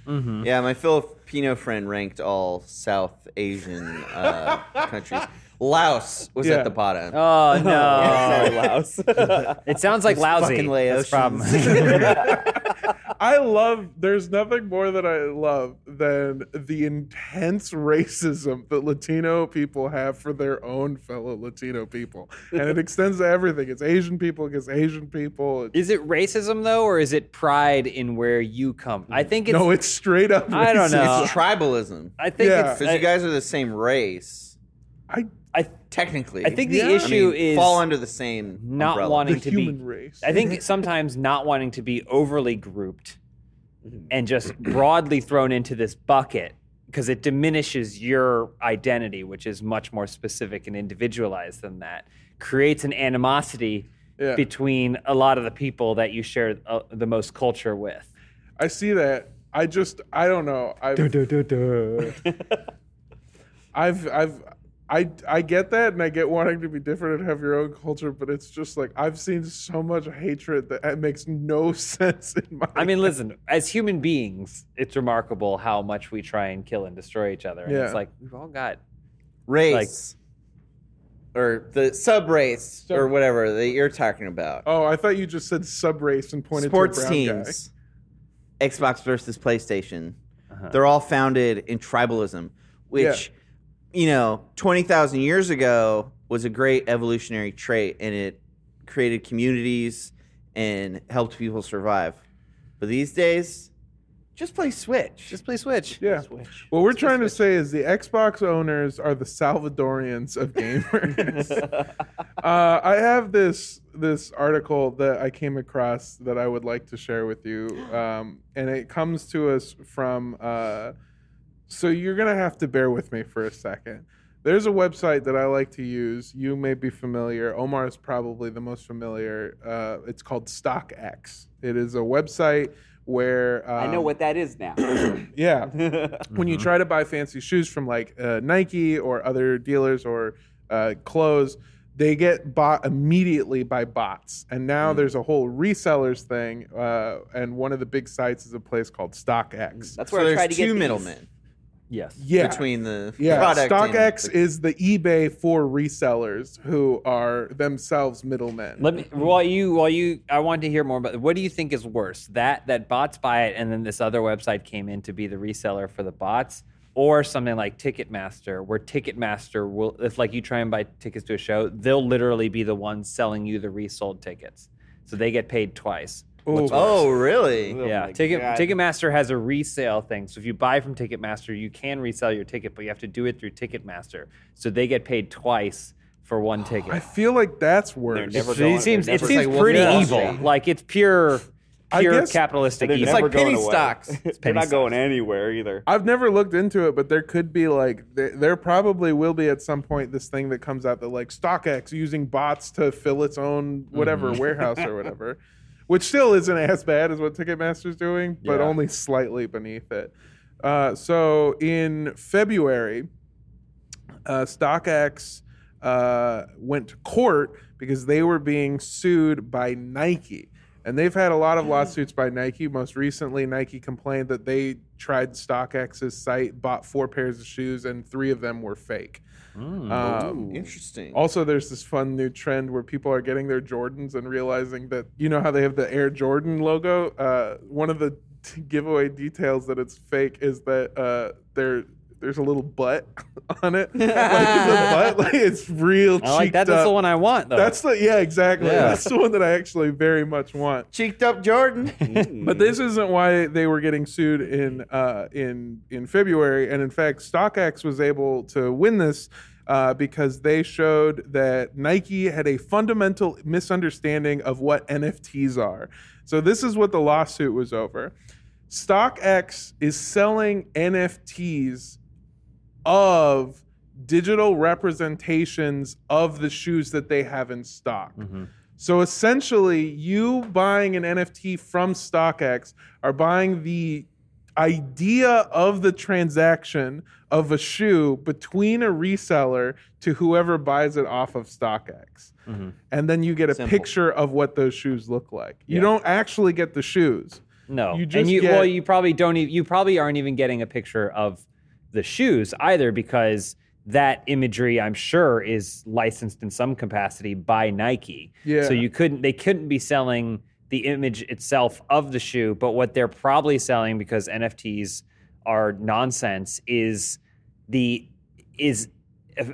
Yeah, my Filipino friend ranked all South Asian uh, countries. Laos was Yeah. at the bottom. [LAUGHS] [LAUGHS] Oh Sorry, no! Laos. [LAUGHS] it sounds like lousy. fucking That's Laotians. the [LAUGHS] problem. I love. There's nothing more that I love than the intense racism that Latino people have for their own fellow Latino people, and [LAUGHS] it extends to everything. It's Asian people against Asian people. It's, is it racism though, or is it pride in where you come? I think it's. no, it's straight up. I don't racism. know. It's tribalism I think Yeah. it's. because I, you guys are the same race I I, technically. I think the Yeah. I issue mean, is fall under the same not umbrella. the wanting to be human race. I think sometimes not wanting to be overly grouped Mm-hmm. and just broadly thrown into this bucket because it diminishes your identity, which is much more specific and individualized than that, creates an animosity Yeah. between a lot of the people that you share uh, the most culture with. I see that. I just I don't know. I've, [LAUGHS] I've I've I I get that and I get wanting to be different and have your own culture, but it's just like I've seen so much hatred that it makes no [LAUGHS] sense in my I mean, listen, as human beings, it's remarkable how much we try and kill and destroy each other. And Yeah. it's like, we've all got race or the sub race or whatever that you're talking about. Oh, I thought you just said sub race and pointed Sports to a brown teams, Xbox versus PlayStation, Uh-huh. they're all founded in tribalism, which, you know, 20,000 years ago was a great evolutionary trait and it created communities and helped people survive. But these days, just play Switch. just play Switch. guy. Yeah. What we're trying to say is the Xbox owners are the Salvadorians of gamers. [LAUGHS] uh, I have this this article that I came across that I would like to share with [GASPS] you, um, and it comes to us from. Uh, so you're gonna have to bear with me for a second. There's a website that I like to use. You may be familiar. Omar is probably the most familiar. Uh, it's called StockX. It is a website where I know um, what [CLEARS THROAT] that is now. Yeah, [LAUGHS] when you try to buy fancy shoes from like uh, Nike or other dealers or uh, clothes, they get bought immediately by bots. And now there's a whole resellers thing. Uh, and one of the big sites is a place called StockX. Mm, That's So where I there's tried to get two these. middlemen Yes. Yeah. between the yeah, product. and StockX the- is the eBay for resellers who are themselves middlemen. Let me while you while you I want to hear more about what do you think is worse that that bots buy it and then this other website came in to be the reseller for the bots or something like Ticketmaster where Ticketmaster will if like you try and buy tickets to a show they'll literally be the ones selling you the resold tickets so they get paid twice. Ooh. Oh, really? Oh yeah, my Ticket God. Ticketmaster has a resale thing. So if you buy from Ticketmaster, you can resell your ticket, but you have to do it through Ticketmaster. So they get paid twice for one ticket. I feel like that's worse. never So it going- seems they're it never- seems It's like Wolf pretty of Wall evil. Street. Like it's pure, I pure guess- capitalistic They're evil. never like going penny away. [LAUGHS] stocks. They're It's penny not going stocks. anywhere either. I've never looked into it, but there could be like there, there probably will be at some point this thing that comes out that like StockX using bots to fill its own whatever warehouse or whatever, which still isn't as bad as what Ticketmaster's doing, but Yeah. only slightly beneath it. Uh, so in February, uh, StockX uh, went to court because they were being sued by Nike. And they've had a lot of lawsuits by Nike. Most recently, Nike complained that they tried StockX's site, bought four pairs of shoes, and three of them were fake. Um, Interesting. also, there's this fun new trend where people are getting their Jordans and realizing that you know how they have the Air Jordan logo. Uh, one of the [LAUGHS] t- giveaway details that it's fake is that uh, there there's a little butt [LAUGHS] on it. like, the butt, like it's real. I like that. cheeked That's the up. one I want. Though. That's the yeah, exactly. Yeah. That's the one that I actually very much want. Cheeked up Jordan. [LAUGHS] But this isn't why they were getting sued in uh, in in February, and in fact, StockX was able to win this uh, because they showed that Nike had a fundamental misunderstanding of what NFTs are. So this is what the lawsuit was over. StockX is selling NFTs of digital representations of the shoes that they have in stock. So essentially, you buying an NFT from StockX are buying the idea of the transaction of a shoe between a reseller to whoever buys it off of StockX. Mhm. And then you get a Simple. picture of what those shoes look like. You Yeah. don't actually get the shoes. No, You and just you get- well, you probably don't. E- you probably aren't even getting a picture of the shoes either, because that imagery, I'm sure, is licensed in some capacity by Nike. Yeah. So you couldn't. They couldn't be selling the image itself of the shoe, but what they're probably selling because NFTs are nonsense is the is a,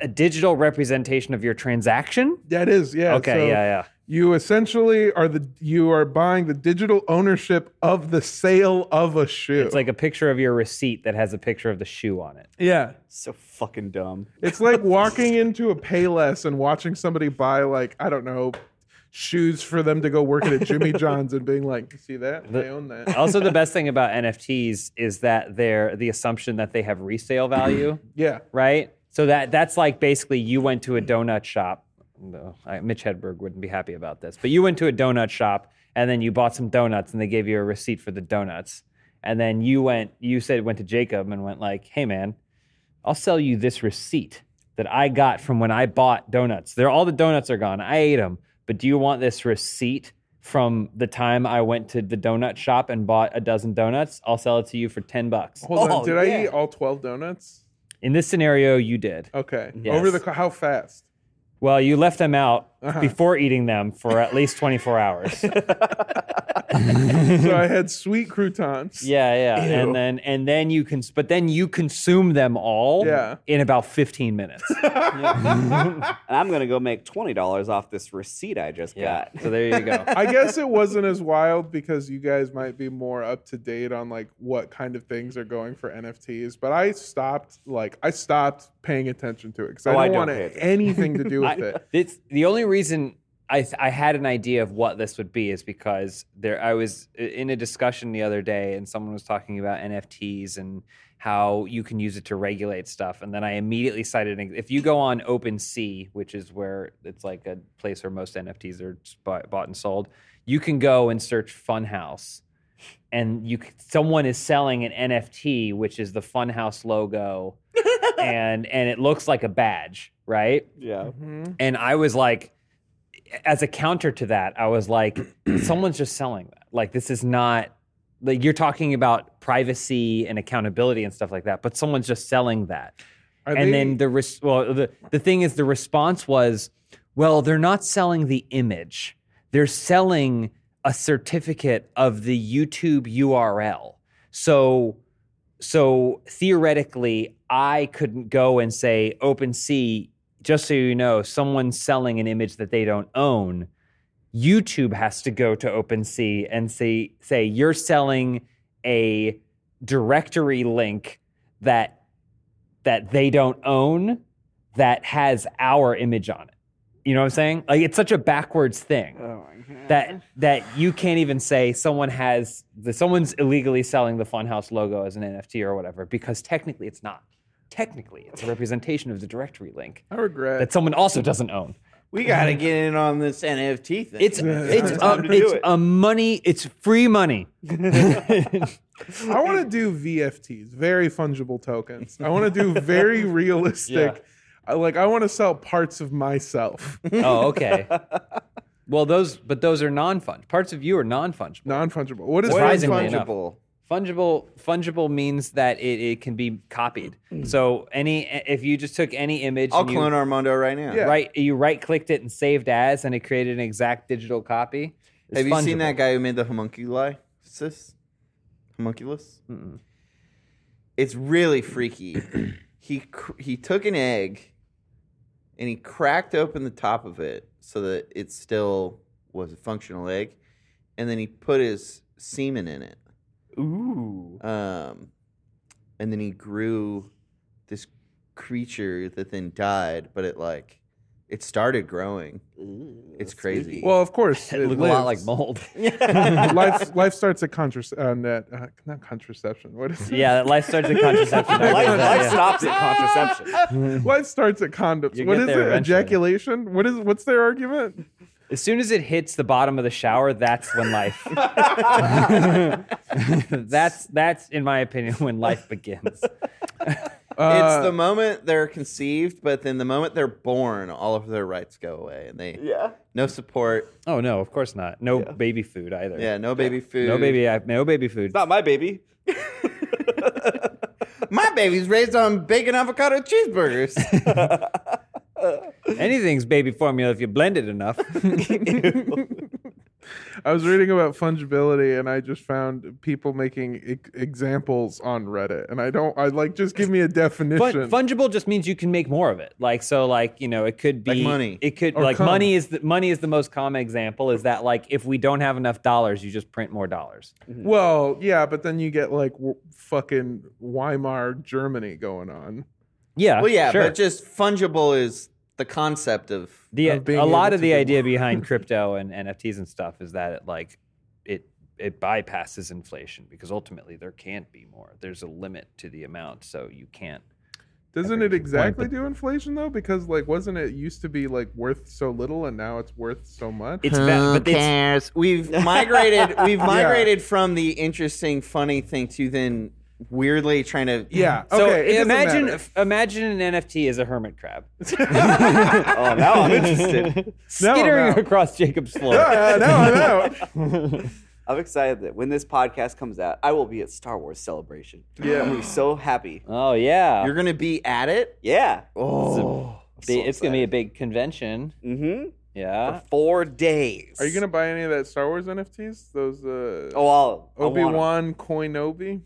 a digital representation of your transaction. That is, yeah. okay. so- yeah. Yeah. You essentially are the you are buying the digital ownership of the sale of a shoe. It's like a picture of your receipt that has a picture of the shoe on it. yeah, So fucking dumb. it's like walking into a Payless and watching somebody buy like I don't know shoes for them to go work at a Jimmy John's and being like, "You see that? I own that." also the best thing about nfts is that they're the assumption that they have resale value Yeah, right so that that's like basically you went to a donut shop No, I, mitch hedberg wouldn't be happy about this but you went to a donut shop and then you bought some donuts and they gave you a receipt for the donuts and then you went you said went to jacob and went like hey man i'll sell you this receipt that i got from when i bought donuts they're all the donuts are gone i ate them but do you want this receipt from the time i went to the donut shop and bought a dozen donuts i'll sell it to you for 10 bucks hold Oh, on. Did yeah. I eat all twelve donuts? in this scenario you did Okay, Yes. over the co- how fast? Well, you left them out before eating them for at least 24 hours. Uh-huh. [LAUGHS] yeah, so I had sweet croutons. yeah. And then and then you can but then you consume them all Yeah. in about 15 [LAUGHS] minutes. And I'm gonna go make twenty dollars off this receipt I just got. [LAUGHS] So there you go. I guess it wasn't as wild because you guys might be more up to date on like what kind of things are going for NFTs. But I stopped like I stopped paying attention to it because Oh, I I don't don't want pay attention. anything to do with I- it. It's the only reason I th- I had an idea of what this would be is because there I was i- in a discussion the other day and someone was talking about NFTs and how you can use it to regulate stuff and then I immediately cited an, if you go on OpenSea E, which is where it's like a place where most NFTs are s- bought, bought and sold you can go and search Funhouse and you c- someone is selling an NFT which is the Funhouse logo and and it looks like a badge right Yeah. Mm-hmm. and I was like, as a counter to that, I was like, [CLEARS THROAT] someone's just selling that. Like, this is not, like, you're talking about privacy and accountability and stuff like that, but someone's just selling that. Are and they- then the, res- well, the, the thing is, the response was, well, they're not selling the image, they're selling a certificate of the YouTube URL. So, so theoretically, I couldn't go and say OpenSea. Just so you know, someone's selling an image that they don't own. YouTube has to go to OpenSea and say, say you're selling a directory link that that they don't own that has our image on it. You know what I'm saying? Like it's such a backwards thing Oh my god. that that you can't even say someone has the someone's illegally selling the Funhouse logo as an NFT or whatever because technically it's not. Technically, it's a representation of the directory link I regret. that someone also doesn't own. We got to get in on this NFT thing. It's it's time a, to do it's it. a money. It's free [LAUGHS] money. I want to do VFTs, very fungible tokens. I want to do [LAUGHS] very realistic. I, like I want to sell parts of [LAUGHS] myself, Oh, okay. Well, those but those are non-fund. Parts of you are non-fungible. non fungible. What is What non is fungible? fungible? Fungible fungible means that it, it can be copied. So any if you just took any image, Mm. I'll and you- clone Armando right now. Yeah. right you right clicked it and saved as and it created an exact digital copy It's Have you seen fungible. that guy who made the homunculi? Sis? Homunculus? It's really freaky. [CLEARS THROAT] he cr- he took an egg and he cracked open the top of it so that it still was a functional egg, and then he put his semen in it. Ooh. Um, and then he grew this creature that then died, but it like it started growing. it's crazy. Well, of [LAUGHS] course, it, it looked a lot like lives. mold [LAUGHS] [LAUGHS] life, life starts at contrac- on that, uh, not contraception. What is it? yeah that life starts [LAUGHS] in contraception I [LAUGHS] [LAUGHS] Life, read that, life yeah. stops at contraception. [LAUGHS] [LAUGHS] Life starts at condoms. You what is get it? there eventually. [LAUGHS] Ejaculation? What is what's their argument? As soon as it hits the bottom of the shower, that's when [LAUGHS] life. [LAUGHS] that's that's in my opinion when [LAUGHS] life begins. Uh, it's the moment they're conceived, but then the moment they're born, all of their rights go away, and they Yeah. no support. Oh no, of course not. No baby food either. Yeah, no baby food. No baby. No baby food. Not [LAUGHS] my baby. My baby's raised on bacon, avocado, cheeseburgers. [LAUGHS] Anything's baby formula if you blend [LAUGHS] it enough. I was reading about fungibility, and I just found people making e- examples on Reddit, and I don't. I like just give me a Fun- definition. fungible just means you can make more of it. Like so, like you know, it could be Like money. It could Or like cum. money is the money is the most common example. Is that like if we don't have enough dollars, you just print more dollars. well, yeah, but then you get like w- fucking Weimar Germany going on. Yeah. well, yeah, sure. but just fungible is the concept of the of being a lot able of to the do [LAUGHS] idea behind crypto and NFTs and stuff is that it like it it bypasses inflation because ultimately there can't be more. There's a limit to the amount, so you can't. Doesn't Everybody's it point, exactly but- do inflation though? Because like, wasn't it used to be like worth so little, and now it's worth so much? It's va- but it's, cares? [LAUGHS] We've migrated. We've migrated from the interesting, funny thing to then weirdly trying to yeah. so okay. it doesn't imagine matter. if- imagine an NFT is a hermit crab Oh, now I'm [LAUGHS] interested. Now I'm skittering out. across Jacob's floor. [LAUGHS] Yeah, now I'm out. I'm excited that when this podcast comes out, I will be at Star Wars Celebration. Yeah. I'm gonna be so happy. Oh yeah, You're gonna be at it. Yeah. Oh, Big- it's gonna be a big convention. Mm-hmm. Yeah. For four days. Are you gonna buy any of that Star Wars NFTs? Those uh, Oh, I'll. I want Obi 'em. Wan [LAUGHS] Koinobi.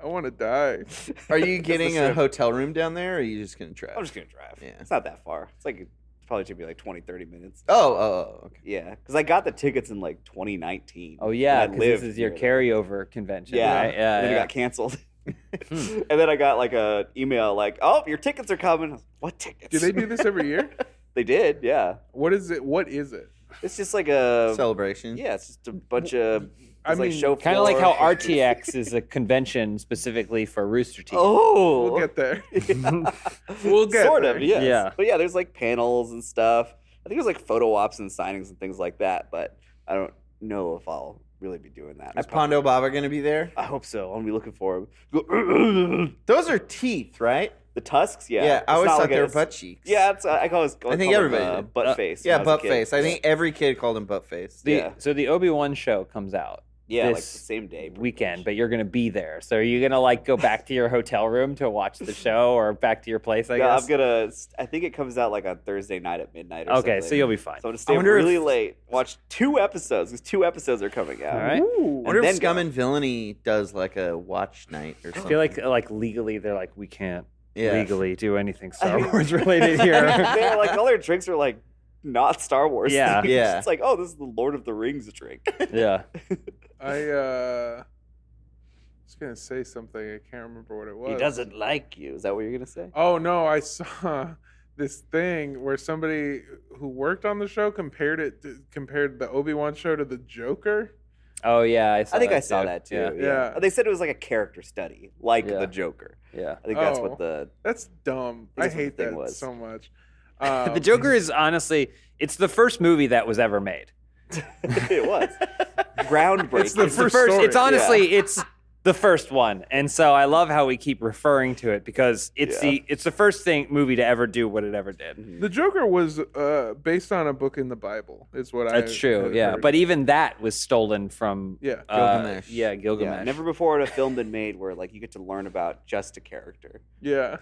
I want to die. Are [LAUGHS] you getting the a ship. hotel room down there, or are you just gonna try? I'm just gonna drive. Yeah. It's not that far. It's like it probably took me like 20, 30 minutes. Oh, oh, oh, okay. Yeah, because I got the tickets in like 2019. Oh yeah, and I 'cause this lived is your near them. carryover convention. Yeah, right? and then it got canceled. hmm. [LAUGHS] and then I got like a email like, "Oh, your tickets are coming." I was, what tickets? Do they do this every year? They did. Yeah. What is it? What is it? It's just like a. Celebration. yeah, it's just a bunch of. I it's like mean, show Kind of like how floor. RTX is a convention specifically for Rooster Teeth. [LAUGHS] Oh. We'll get there. we'll get sort there. of yes. Yeah. yeah but yeah there's like panels and stuff i think there's like photo ops and signings and things like that but i don't know if i'll really be doing that Is I, probably, Pondo Baba gonna be there? I hope so i'm gonna be looking for 'em. [CLEARS THROAT] Those are teeth, right? the tusks yeah It's I always not thought like they a- were butt cheeks. yeah it's, i call it I think everybody uh, did. butt Uh, face Yeah, when I was a butt kid. face. I think every kid called him butt face. The- yeah. So the Obi Wan show comes out yeah like the this same day pretty weekend, much. but you're gonna be there. So are you gonna like go back to your hotel room to watch the show or back to your place? I yeah, guess. i'm gonna i think it comes out like on thursday night at midnight or okay, so something. you'll be fine. so i'm gonna stay up wonder if- really late watch two episodes because two episodes are coming out All [LAUGHS] right. I wonder if then Scum go. and Villainy does like a watch night or I something. feel like like legally they're like we can't Yeah. legally do [LAUGHS] anything Star mean- Wars related [LAUGHS] here. they're like all their drinks are like not Star Wars. Yeah. things. Yeah. [LAUGHS] It's like, oh, this is the Lord of the Rings drink. yeah. I uh, was gonna say something. I can't remember what it was. like you. Is that what you're gonna say? Oh no! I saw [LAUGHS] this thing where somebody who worked on the show compared it to, compared the Obi Wan show to the Joker. Oh yeah. I, saw I think that I saw too. that too. Yeah. Yeah. Yeah. They said it was like a character study, like Yeah. the Joker. yeah. I think that's Oh. what the [LAUGHS] That's dumb. I, That's what the hate thing that was. so much. the Um, Joker is honestly, it's the first movie that was ever made. it was. Groundbreaking. It's the It's first the first. story. It's honestly, it's the first one, and so I love how we keep referring to it because it's Yeah. the it's the first thing movie to ever do what it ever did. The Joker was uh, based on a book in the Bible. Is what I. That's true. had Yeah, heard. but even that was stolen from yeah. uh, Gilgamesh. yeah, Gilgamesh. Yeah, never before had a film been made where like you get to learn about just a character. Yeah.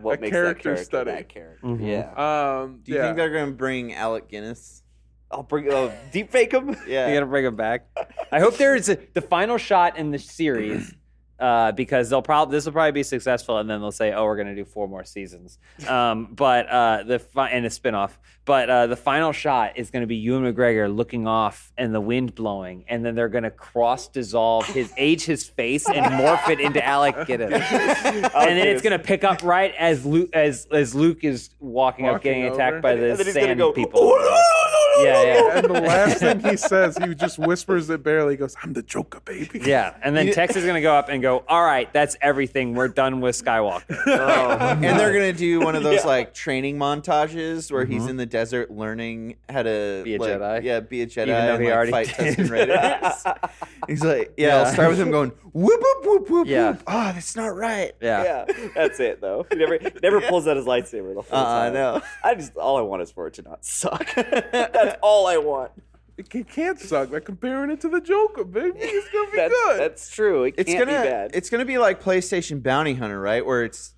What A makes character that character study. that character. Mhm. Yeah. Um, Do you yeah. think they're gonna bring Alec Guinness? I'll bring uh, deep [LAUGHS] fake him. Yeah. [LAUGHS] You gotta bring him back. I hope there is a, the final shot in the series. Uh, because they'll probably this will probably be successful, and then they'll say, "Oh, we're going to do four more seasons." Um, but uh, the fi- and a spinoff. But uh, the final shot is going to be Ewan McGregor looking off and the wind blowing, and then they're going to cross dissolve his age, his face, and morph it into Alec Guinness, [LAUGHS] and then it's going to pick up right as Luke as as Luke is walking, up, Walking getting over. attacked by And the then he's gonna sand go "Oh, people. yeah, yeah. [LAUGHS] [LAUGHS] And the last thing he says, he just whispers it barely. He goes, "I'm the Joker, baby." Yeah, and then Tex is gonna go up and go. All right, that's everything. We're done with Skywalker. and they're gonna do one of those like training montages where Mm-hmm. he's in the desert learning how to Be a like, Jedi? Yeah, be a Jedi. Even though and, he like, already fight did. Tusken Raiders. [LAUGHS] he's like, yeah, I'll start with him going whoop whoop whoop whoop. Yeah. whoop. Oh, that's not right. Yeah. yeah, that's it though. He never he never pulls out his lightsaber the whole Uh, Uh-uh, time. no. I just all I want is for it to [LAUGHS] not suck. that's all I want. It ca- can't suck. Like comparing it to the Joker, [LAUGHS] baby. It's gonna be That's good. that's true. It It's can't gonna be bad. it's gonna be like PlayStation Bounty Hunter, right? Where it's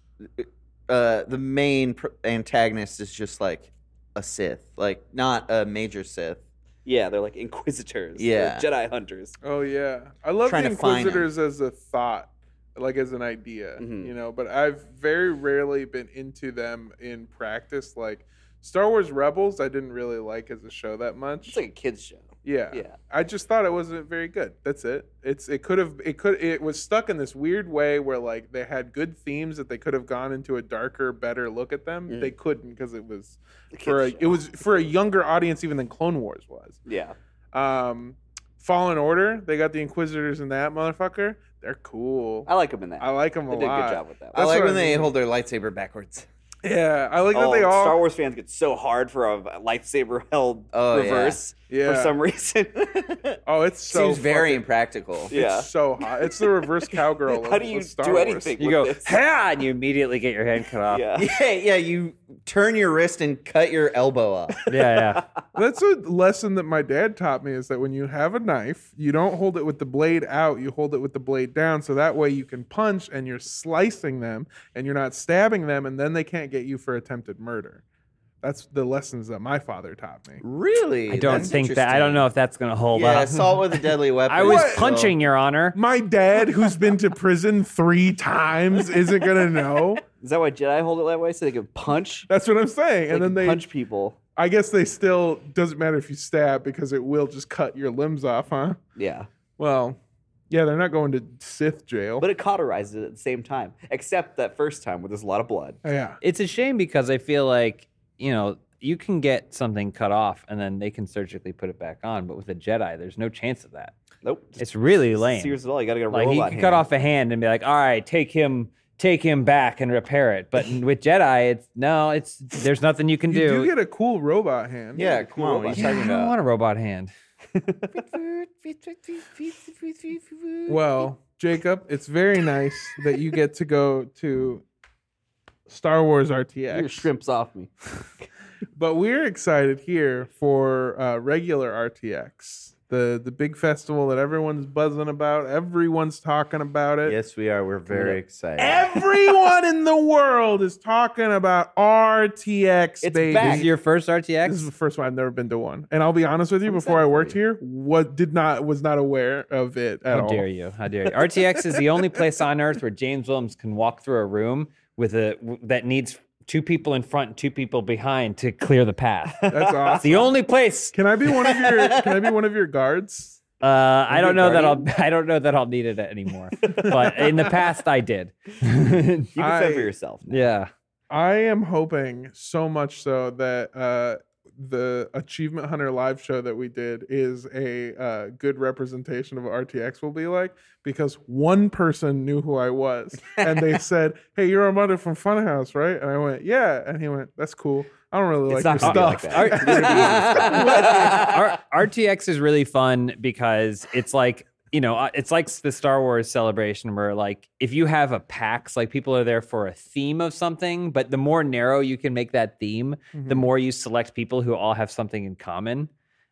uh, the main pr- antagonist is just like a Sith, like not a major Sith. yeah, they're like inquisitors. Yeah. They're Jedi hunters. oh yeah, I love the Trying to find 'em. Inquisitors as a thought, like as an idea, Mhm. you know. But I've very rarely been into them in practice. Like Star Wars Rebels, I didn't really like as a show that much. It's like a kids show. yeah. Yeah. I just thought it wasn't very good. That's it. It's it could have it could it was stuck in this weird way where like they had good themes that they could have gone into a darker, better look at them. Mm. They couldn't because it was The for a, kids' it show. was for a younger audience even than Clone Wars was. Yeah. Um, Fallen Order, they got the Inquisitors in that motherfucker. They're cool. I like them in that. I like them a they did a lot. good job with that. That's I like what when I they mean. hold their lightsaber backwards. Yeah, I like Oh, that they all. Star Wars fans get so hard for a lightsaber held Oh, yeah. reverse yeah. for some reason. [LAUGHS] oh, it's so Seems very fucking- impractical. Yeah. It's so hot. It's the [LAUGHS] reverse cowgirl. How of- do you of Star do Wars. anything? You With go, this. ha, and you immediately get your hand cut off. [LAUGHS] yeah. Yeah, yeah. You turn your wrist and cut your elbow off. yeah, That's a lesson that my dad taught me is that when you have a knife, you don't hold it with the blade out, you hold it with the blade down. So that way you can punch and you're slicing them and you're not stabbing them, and then they can't get you for attempted murder. That's the lessons that my father taught me. [LAUGHS] Really? yeah. I don't That's think that. I interesting. don't know if that's gonna hold Yeah, up. assault with a deadly weapon. [LAUGHS] I was What? punching, Your Honor. My dad, who's been to prison three times, isn't going to know. Is that why Jedi hold it that way so they can punch? That's what I'm saying. And they then can they, punch people. I guess they still, doesn't matter if you stab because it will just cut your limbs off, huh? Yeah. Well, yeah, they're not going to Sith jail. But it cauterizes it at the same time, except that first time where there's a lot of blood. yeah. It's a shame because I feel like you know you can get something cut off and then they can surgically put it back on, but with a Jedi, there's no chance of that. Nope. It's really lame. Serious at all. You got to get a Like he robot could hand. cut off a hand and be like, "All right, take him, take him back and repair it." But with Jedi, it's no, it's there's nothing you can You do. do get a cool robot hand. Yeah, come on. What are you yeah, I talking don't about? want a robot hand. Well, Jacob, it's very nice that you get to go to Star Wars Your RTX. shrimps [LAUGHS] off me. But we're excited here for uh, regular RTX, the the big festival that everyone's buzzing about. Everyone's talking about it. Yes, we are. We're very excited. Everyone in the world is talking about RTX, It's baby. back. This is your first This is RTX. the first one I've never been to one, and I'll be honest with you. Before I worked here, what did not was not aware of it at How all. dare you? How dare you? RTX is the only place on earth where James Williams can walk through a room with a w- that needs two people in front, and two people behind to clear the [LAUGHS] path. It's That's awesome. the only place. Can I be one of [LAUGHS] your Can I be one of your guards? Uh, I Maybe don't know that I'll. [LAUGHS] Guardian? I don't know that I'll need it anymore. but in the [LAUGHS] past, I did. You can fend for I- yourself. now. yeah. I am hoping so much so that uh, the Achievement Hunter live show that we did is a uh, good representation of what RTX will be like because one person knew who I was and [LAUGHS] they said, "Hey, you're Armando from Funhouse, right?" And I went, "Yeah," and he went, "That's cool. I don't really It's like your not Oh. gonna stuff." be like Ar- that. [LAUGHS] Ar- RTX is really fun because it's like you know uh, it's like the Star Wars celebration where like if you have a PAX, like people are there for a theme of something, but the more narrow you can make that theme, the Mm-hmm. more you select people who all have something in common,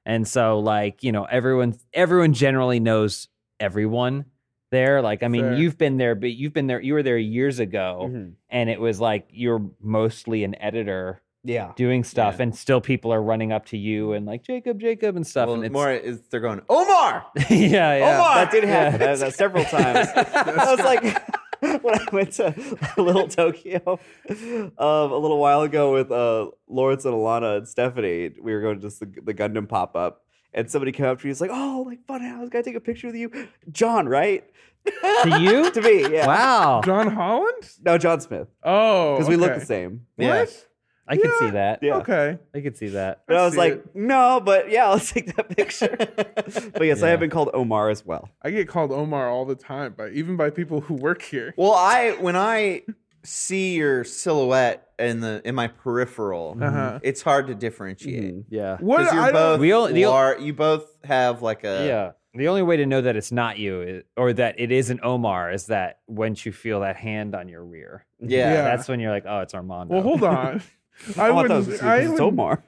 and so like you know everyone everyone generally knows everyone there. Like I mean, Fair. you've been there, but you've been there. You were there years ago, Mhm. and it was like you're mostly an editor Yeah. doing stuff and still people are running up to you and like Jacob, Jacob and stuff. Well, and [LAUGHS] it's more is they're going Omar. [LAUGHS] yeah, yeah. Omar! That did happen Yeah. that, that [LAUGHS] several times. I was like, [LAUGHS] when I went to Little Tokyo um, a little while ago with uh, Lawrence and Alana and Stephanie, we were going to just the, the Gundam pop up, and somebody came up to me and was like, oh, like, fun house, gotta take a picture with you. John, right? To [LAUGHS] you? to me, yeah. Wow. John Holland? No, John Smith, Oh, because we look okay. the same. What? I could Yeah. see that. Yeah. Okay. I could see that. And I I was see like, it. no, but yeah, let's take that [LAUGHS] picture. but yes, I Yeah. have been called Omar as well. I get called Omar all the time, by even by people who work here. Well, I when I see your silhouette in the in my peripheral, Mm-hmm. Uh-huh. it's hard to differentiate. Yeah. What Because I you're both don't, Mm-hmm. We all- the- lar- you both have like a yeah. The only way to know that it's not you i- or that it isn't Omar is that once you feel that hand on your rear, yeah. Yeah. that's when you're like, oh, it's Armando. well, hold [LAUGHS] [LAUGHS] on. I Oh, I would. thought it was I it's would. Omar.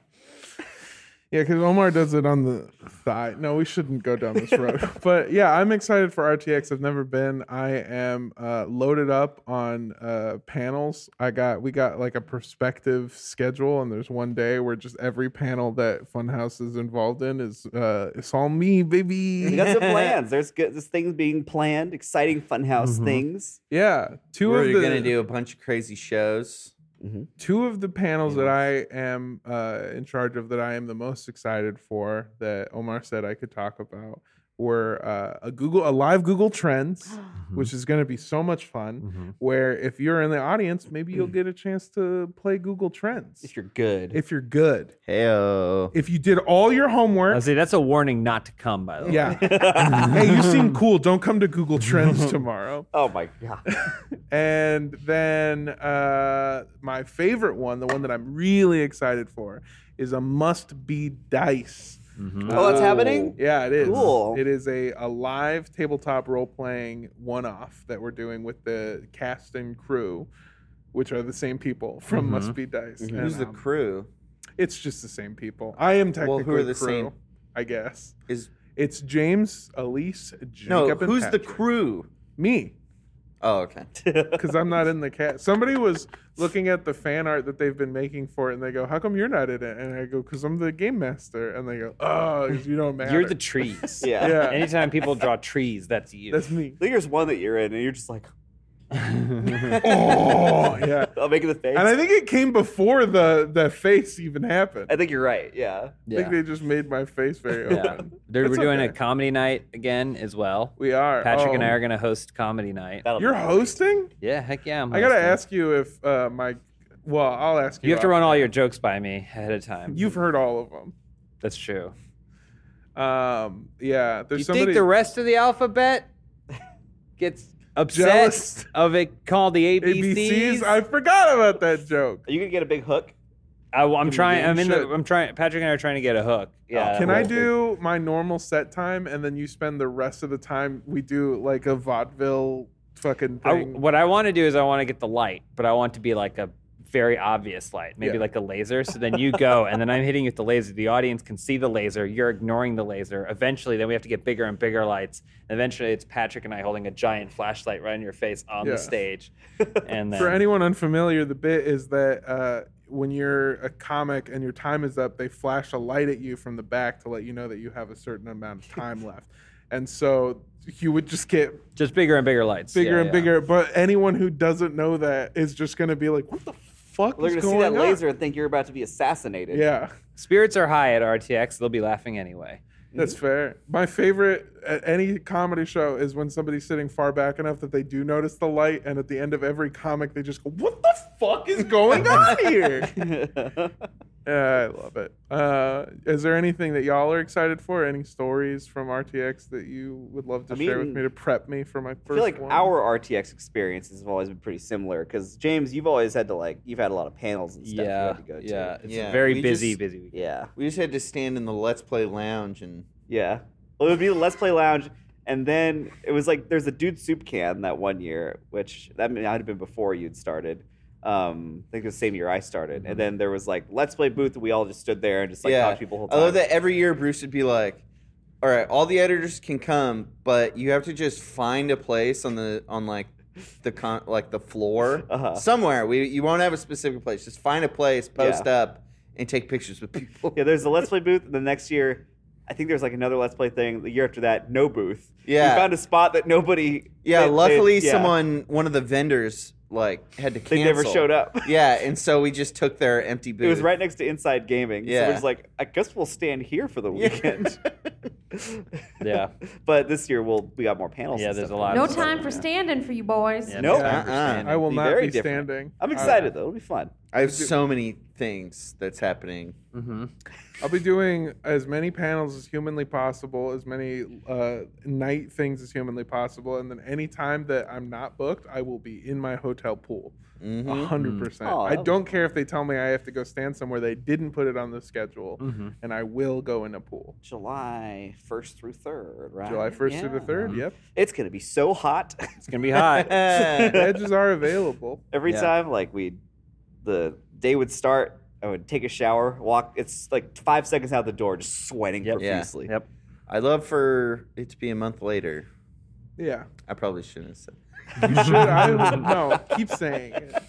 Yeah, because Omar does it on the thigh. No, we shouldn't go down this [LAUGHS] road. but yeah, I'm excited for RTX. I've never been. I am uh, loaded up on uh, panels. I got we got like a perspective schedule, and there's one day where just every panel that Funhouse is involved in is uh, it's all me, We baby. got some [LAUGHS] plans. There's good, there's things being planned, exciting funhouse Mm-hmm. Mhm. things. Yeah, two Where of you're the gonna do a bunch of crazy shows. two of the panels that I am uh, in charge of that I am the most excited for that Omar said I could talk about were uh, a Google a live Google Trends, Mm-hmm. which is going to be so much fun. Mhm. Where if you're in the audience, maybe [CLEARS THROAT] you'll get a chance to play Google Trends If you're good, if you're good. Heyo. If you did all your I homework, see. That's a warning not to come, by the way. [LAUGHS] yeah. hey, you seem cool. Don't come to Google Trends tomorrow. oh my god, And then uh, my favorite one, the one that I'm really excited for, is a must be dice. Uh, Mhm. oh, that's happening. Yeah, it is. Cool. It is a, a live tabletop role playing one off that we're doing with the cast and crew, which are the same people from Mm-hmm. Mhm. Must Be Dice. And, Who's the um, crew? It's just the same people. I am technically Well, who are the crew, same- I guess. Is It's James, Elise, Jacob, no, and who's the Patrick. crew? Me. Oh, [LAUGHS] okay. because I'm not in the cat. Somebody was looking at the fan art that they've been making for it, and they go, "How come you're not in it?" And I go, "Cause I'm the game master." And they go, "Oh, 'cause you don't matter." You're [LAUGHS] the trees. [LAUGHS] yeah. yeah. Anytime people draw trees, that's you. That's me. I think there's one that you're in, and you're just like, Oh, yeah. I'll make it the face. And I think it came before the the face even happened. I think you're right. Yeah. I think yeah. they just made my face very open. yeah. Dude, we're It's doing okay. a comedy night again as well. We are. Patrick Oh. and I are going to host comedy night. That'll You're be- hosting? Yeah, heck yeah. I'm I gotta hosting. ask you if uh, my. Well, I'll ask you. You have to off. run all your jokes by me ahead of time. You've heard all of them. That's true. Um, yeah. There's you somebody. think the rest of the alphabet [LAUGHS] gets upset Jealous. of it called the ABCs? ABCs. I forgot about that joke. Are you gonna get a big hook? I, am trying. I'm in the. should. I'm trying. Patrick and I are trying to get a hook. Yeah. Oh, Can Cool. I do my normal set time and then you spend the rest of the time we do like a vaudeville fucking I- thing? what I want to do is I want to get the light, but I want it to be like a very obvious light, maybe Yeah. like a laser. So then you go, and then I'm hitting you with the laser. The audience can see the laser. You're ignoring the laser. Eventually, then we have to get bigger and bigger lights. And eventually, it's Patrick and I holding a giant flashlight right in your face on Yeah. the stage. And then For anyone unfamiliar, the bit is that uh, when you're a comic and your time is up, they flash a light at you from the back to let you know that you have a certain amount of [LAUGHS] time left. And so you would just get just bigger and bigger lights. bigger Yeah, and yeah. bigger. But anyone who doesn't know that is just going to be like, what the fuck They're is gonna going see that on? laser and think you're about to be assassinated. [LAUGHS] Yeah. Spirits are high at RTX. They'll be laughing anyway. That's fair. My favorite at any comedy show is when somebody's sitting far back enough that they do notice the light, and at the end of every comic, they just go, "What the fuck is going [LAUGHS] on here?" Uh, I love it. Uh, is there anything that y'all are excited for? Any stories from RTX that you would love to I share with mean, me to prep me for my first? I feel like one? our RTX experiences have always been pretty similar because James, you've always had to like you've had a lot of panels and stuff you yeah. had to go to. yeah. It's Yeah, a very we busy, just- busy [LAUGHS] weekend. yeah, We just had to stand in the Let's Play Lounge and yeah. Well, it would be the Let's Play Lounge, and then it was like there's a dude soup can that one year, which that might have been before you'd started. Um, I think it was the same year I started, and then there was like Let's Play booth, and we all just stood there and just like Mm-hmm. yeah. talked to people. The I whole love time. that every year Bruce would be like, "All right, all the editors can come, but you have to just find a place on the on like the con- like the floor Uh-huh. somewhere. We you won't have a specific place. Just find a place, post Yeah. up, and take pictures with people." [LAUGHS] Yeah, there's the Let's Play booth, and the next year. I think there's like another Let's Play thing. The year after that, no booth. Yeah. we found a spot that nobody. [LAUGHS] Yeah, they- they- luckily yeah. someone one of the vendors like had to cancel. They never showed up. [LAUGHS] [LAUGHS] Yeah, and so we just took their empty booth. It was right next to Inside Gaming. So Yeah. we're just like, I guess we'll stand here for the Yeah. [LAUGHS] weekend. Yeah. [LAUGHS] but this year we'll we got more panels. Yeah, and there's stuff. a lot No of- time for standing for you boys. Yeah, Nope. time for Uh-uh. standing. I will be not very be different. standing. [LAUGHS] I'm excited though. It'll be fun. I have so many things that's happening. Mm-hmm. I'll be doing as many panels as humanly possible, as many uh, night things as humanly possible, and then any time that I'm not booked, I will be in my hotel pool. Mhm. A 100 percent. Mm-hmm. Aw, I that was don't care if they tell me I have to go stand somewhere they didn't put it on the schedule, Mm. Mm-hmm. and I will go in a pool. July 1st through 3rd, right? July 1st through the Yeah. 3rd. Yep. It's going to be so hot. [LAUGHS] It's gonna be [LAUGHS] hot. [LAUGHS] Edges are available. Every Yeah. time, like, we'd, the day would start, I would take a shower, walk. It's like five seconds out the door, just sweating Yep. Yeah. profusely. yep. [LAUGHS] I'd love for it to be a month later. Yeah. I probably shouldn't have said. You should. [LAUGHS] I would, no, keep saying it.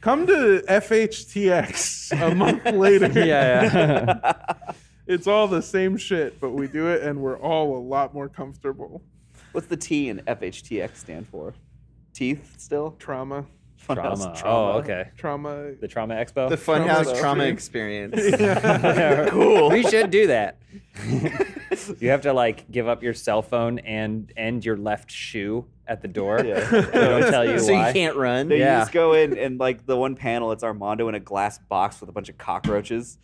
Come to FHTX a [LAUGHS] month later. Yeah. yeah. It's all the same shit, but we do it and we're all a lot more comfortable. What's the T in FHTX stand for? Teeth still? Trauma. trauma. Funhouse [LAUGHS] trauma. Oh, okay. Trauma. The trauma expo. The [LAUGHS] Funhouse trauma, Trauma experience. cool. We should do that. Oh, [LAUGHS] you have to like give up your cell phone and and your left shoe at the door. Yeah. They don't tell [LAUGHS] you so why. you can't run. They Yeah. just go in and like the one panel, it's Armando in a glass box with a bunch of cockroaches.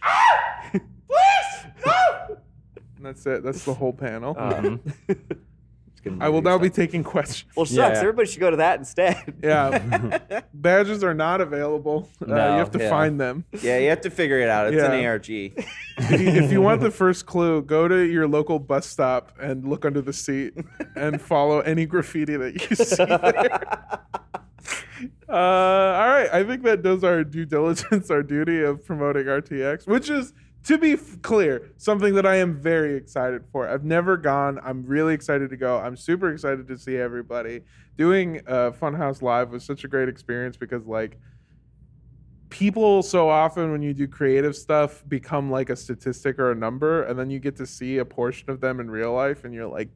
And that's it. That's the whole panel. Ah. Um, It's gonna I will now be really taking questions. well, shucks, Yeah. everybody should go to that instead. [LAUGHS] Yeah. [LAUGHS] Badges are not available. Uh, you No, have to yeah. find them. Yeah, you have to figure it out. It's an Yeah. ARG. If you- if you want the first clue, go to your local bus stop and look under the seat and follow any graffiti that you see there. Uh, all right, I think that does our due diligence, our duty of promoting RTX, which is, to be f- clear, something that I am very excited for. I've never gone. I'm really excited to go. I'm super excited to see everybody. Doing uh, Funhouse Live was such a great experience because, like, people so often when you do creative stuff become like a statistic or a number and then you get to see a portion of them in real life and you're like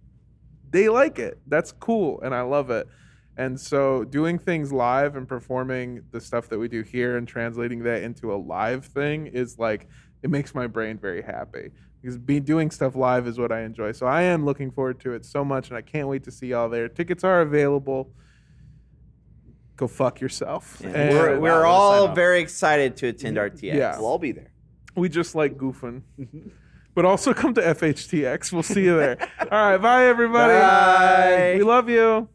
they like it that's cool and i love it and so doing things live and performing the stuff that we do here and translating that into a live thing is like it makes my brain very happy because be doing stuff live is what i enjoy so i am looking forward to it so much and i can't wait to see y'all there tickets are available go fuck yourself Yeah. And- We're, Wow, we're what a all sign-off. very excited to attend RTX. Yeah. We'll all be there. We just like goofing. but also come to FHTX. We'll see you there. All right. Bye, everybody. Bye. We love you.